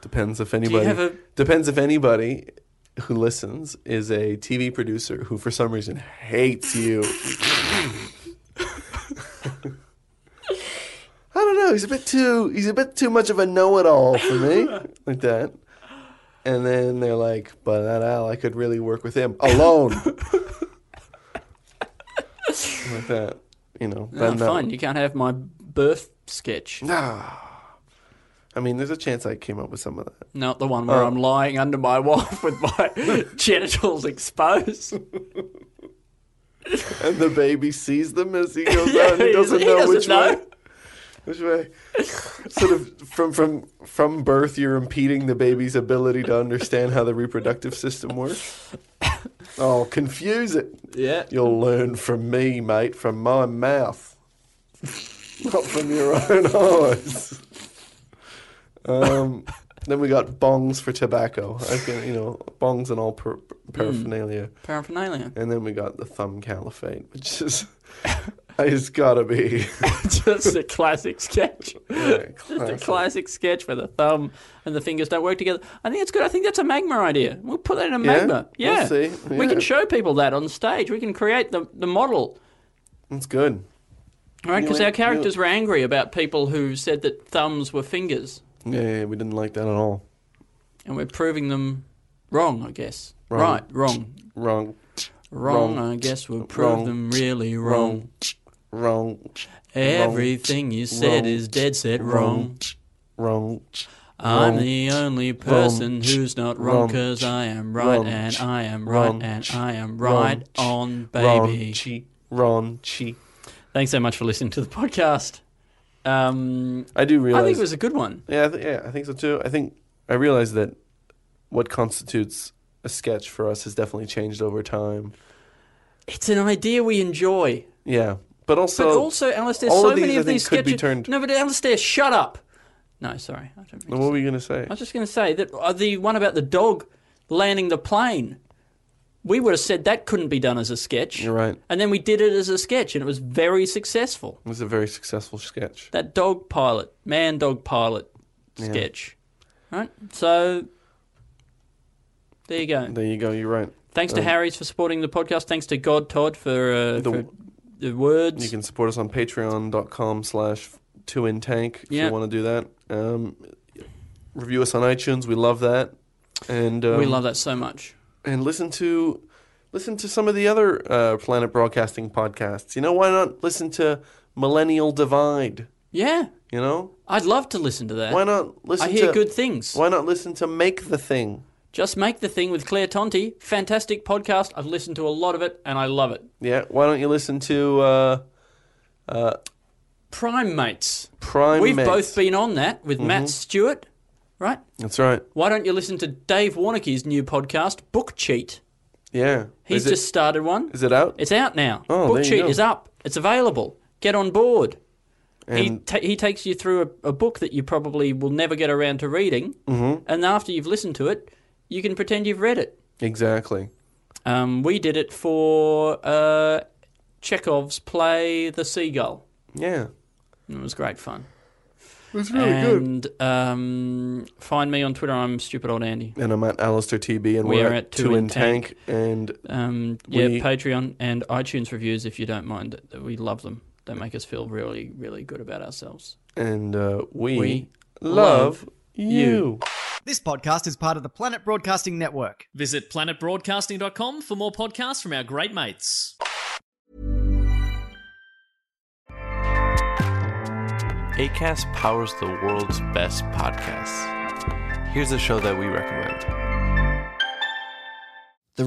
D: Depends if anybody
C: have a-
D: depends if anybody who listens is a TV producer who for some reason hates you. I don't know. He's a bit too he's a bit too much of a know-it-all for me like that. And then they're like, "But that Al, I could really work with him alone." like that, you know.
C: Oh,
D: then that-
C: fine, you can't have my birth sketch.
D: Ah. I mean, there's a chance I came up with some of that.
C: Not the one where
D: Oh.
C: I'm lying under my wife with my genitals exposed.
D: And the baby sees them as he goes
C: Yeah,
D: out and he
C: he
D: doesn't
C: doesn't- he
D: know
C: doesn't
D: which
C: know.
D: way. Which way? sort of from from from birth you're impeding the baby's ability to understand how the reproductive system works. Oh, confuse it.
C: Yeah.
D: You'll learn from me, mate, from my mouth. Not from your own eyes. Um Then we got bongs for tobacco. I've got, you know, bongs and all per-
C: Hmm.
D: paraphernalia.
C: Paraphernalia.
D: And then we got the thumb caliphate, which is it's gotta be
C: Just a classic sketch.
D: yeah,
C: Just a
D: classic.
C: classic sketch where the thumb and the fingers don't work together. I think it's good. I think that's a magma idea. We'll put that in a magma.
D: We'll
C: Yeah.
D: see.
C: We
D: Yeah.
C: can show people that on stage. We can create the, the model.
D: It's good.
C: Right? Because
D: Yeah,
C: our characters were angry about people who said that thumbs were fingers.
D: Yeah, yeah, yeah, we didn't like that at all.
C: And we're proving them wrong, I guess.
D: Wrong.
C: Right, wrong.
D: Wrong,
C: Wrong,
D: Wrong.
C: I guess we'll prove
D: Wrong.
C: them really wrong.
D: wrong, wrong,
C: Everything you said
D: Wrong.
C: is dead set wrong.
D: wrong, wrong.
C: I'm
D: Wrong.
C: the only person who's not wrong
D: Wrong.
C: because I am right
D: Wrong.
C: and I am right
D: Wrong.
C: and I am
D: Wrong.
C: right on
D: Wrong,
C: baby.
D: chi, wrong, chi.
C: Thanks so much for listening to the podcast. Um,
D: I do realize.
C: I think it was a good one.
D: Yeah, I th- yeah, I think so too. I think I realize that what constitutes a sketch for us has definitely changed over time.
C: It's an idea we enjoy.
D: Yeah, but also,
C: But also, Alice, there's
D: all
C: so
D: of these,
C: many
D: I
C: of these
D: think, could be
C: sketches.
D: turned-
C: No, but Alistair, shut up. No, sorry, I don't. Mean
D: what
C: to say-
D: were you gonna say?
C: I was just going to say that uh, the one about the dog landing the plane. We would have said that couldn't be done as a sketch.
D: You're right.
C: And then we did it as a sketch, and it was very successful.
D: It was a very successful sketch.
C: That dog pilot, man dog pilot sketch. Right? So, there you go.
D: There you go. You're right.
C: Thanks to Harry's for supporting the podcast. Thanks to God Todd for, uh,
D: um, The-
C: for the words.
D: You can support us on patreon.com slash two in tank if
C: Yeah.
D: you want to do that. Um, review us on iTunes. We love that. And um,
C: we love that so much.
D: And listen to listen to some of the other uh, Planet Broadcasting podcasts. You know, why not listen to Millennial Divide?
C: Yeah.
D: You know,
C: I'd love to listen to that.
D: why not listen?
C: I hear
D: to,
C: good things.
D: Why not listen to Make the Thing?
C: Just Make the Thing with Claire Tonti. Fantastic podcast. I've listened to a lot of it and I love it.
D: Yeah. Why don't you listen to uh,
C: Prime Mates.
D: Prime?
C: We've
D: Mates? Mm-hmm.
C: both been on that with Matt Stewart, right?
D: That's right.
C: Why don't you listen to Dave Warnicky's new podcast, Book Cheat?
D: Yeah.
C: He's
D: is
C: just started one.
D: It, is it out?
C: It's out now.
D: Oh,
C: book
D: there you
C: Cheat
D: go.
C: is up. It's available. Get on board. he,
D: And-
C: ta- he takes you through a, a book that you probably will never get around to reading,
D: Mm-hmm.
C: and after you've listened to it, you can pretend you've read it.
D: Exactly.
C: Um, we did it for uh, Chekhov's play The Seagull.
D: Yeah.
C: It was great fun.
D: It's
C: and um, find me on Twitter. I'm stupid old Andy.
D: And I'm at Alistair TB, and
C: We
D: we're
C: are
D: at
C: at
D: Two in Tank. And
C: Um, yeah,
D: We-
C: Patreon and iTunes reviews if you don't mind. We love them. Don't make us feel really, really good about ourselves.
D: And uh, we,
C: We
D: love,
C: love
D: you.
A: This podcast is part of the Planet Broadcasting Network.
B: Visit planetbroadcasting.com for more podcasts from our great mates.
F: ACAST powers the world's best podcasts. Here's a show that we recommend.
G: The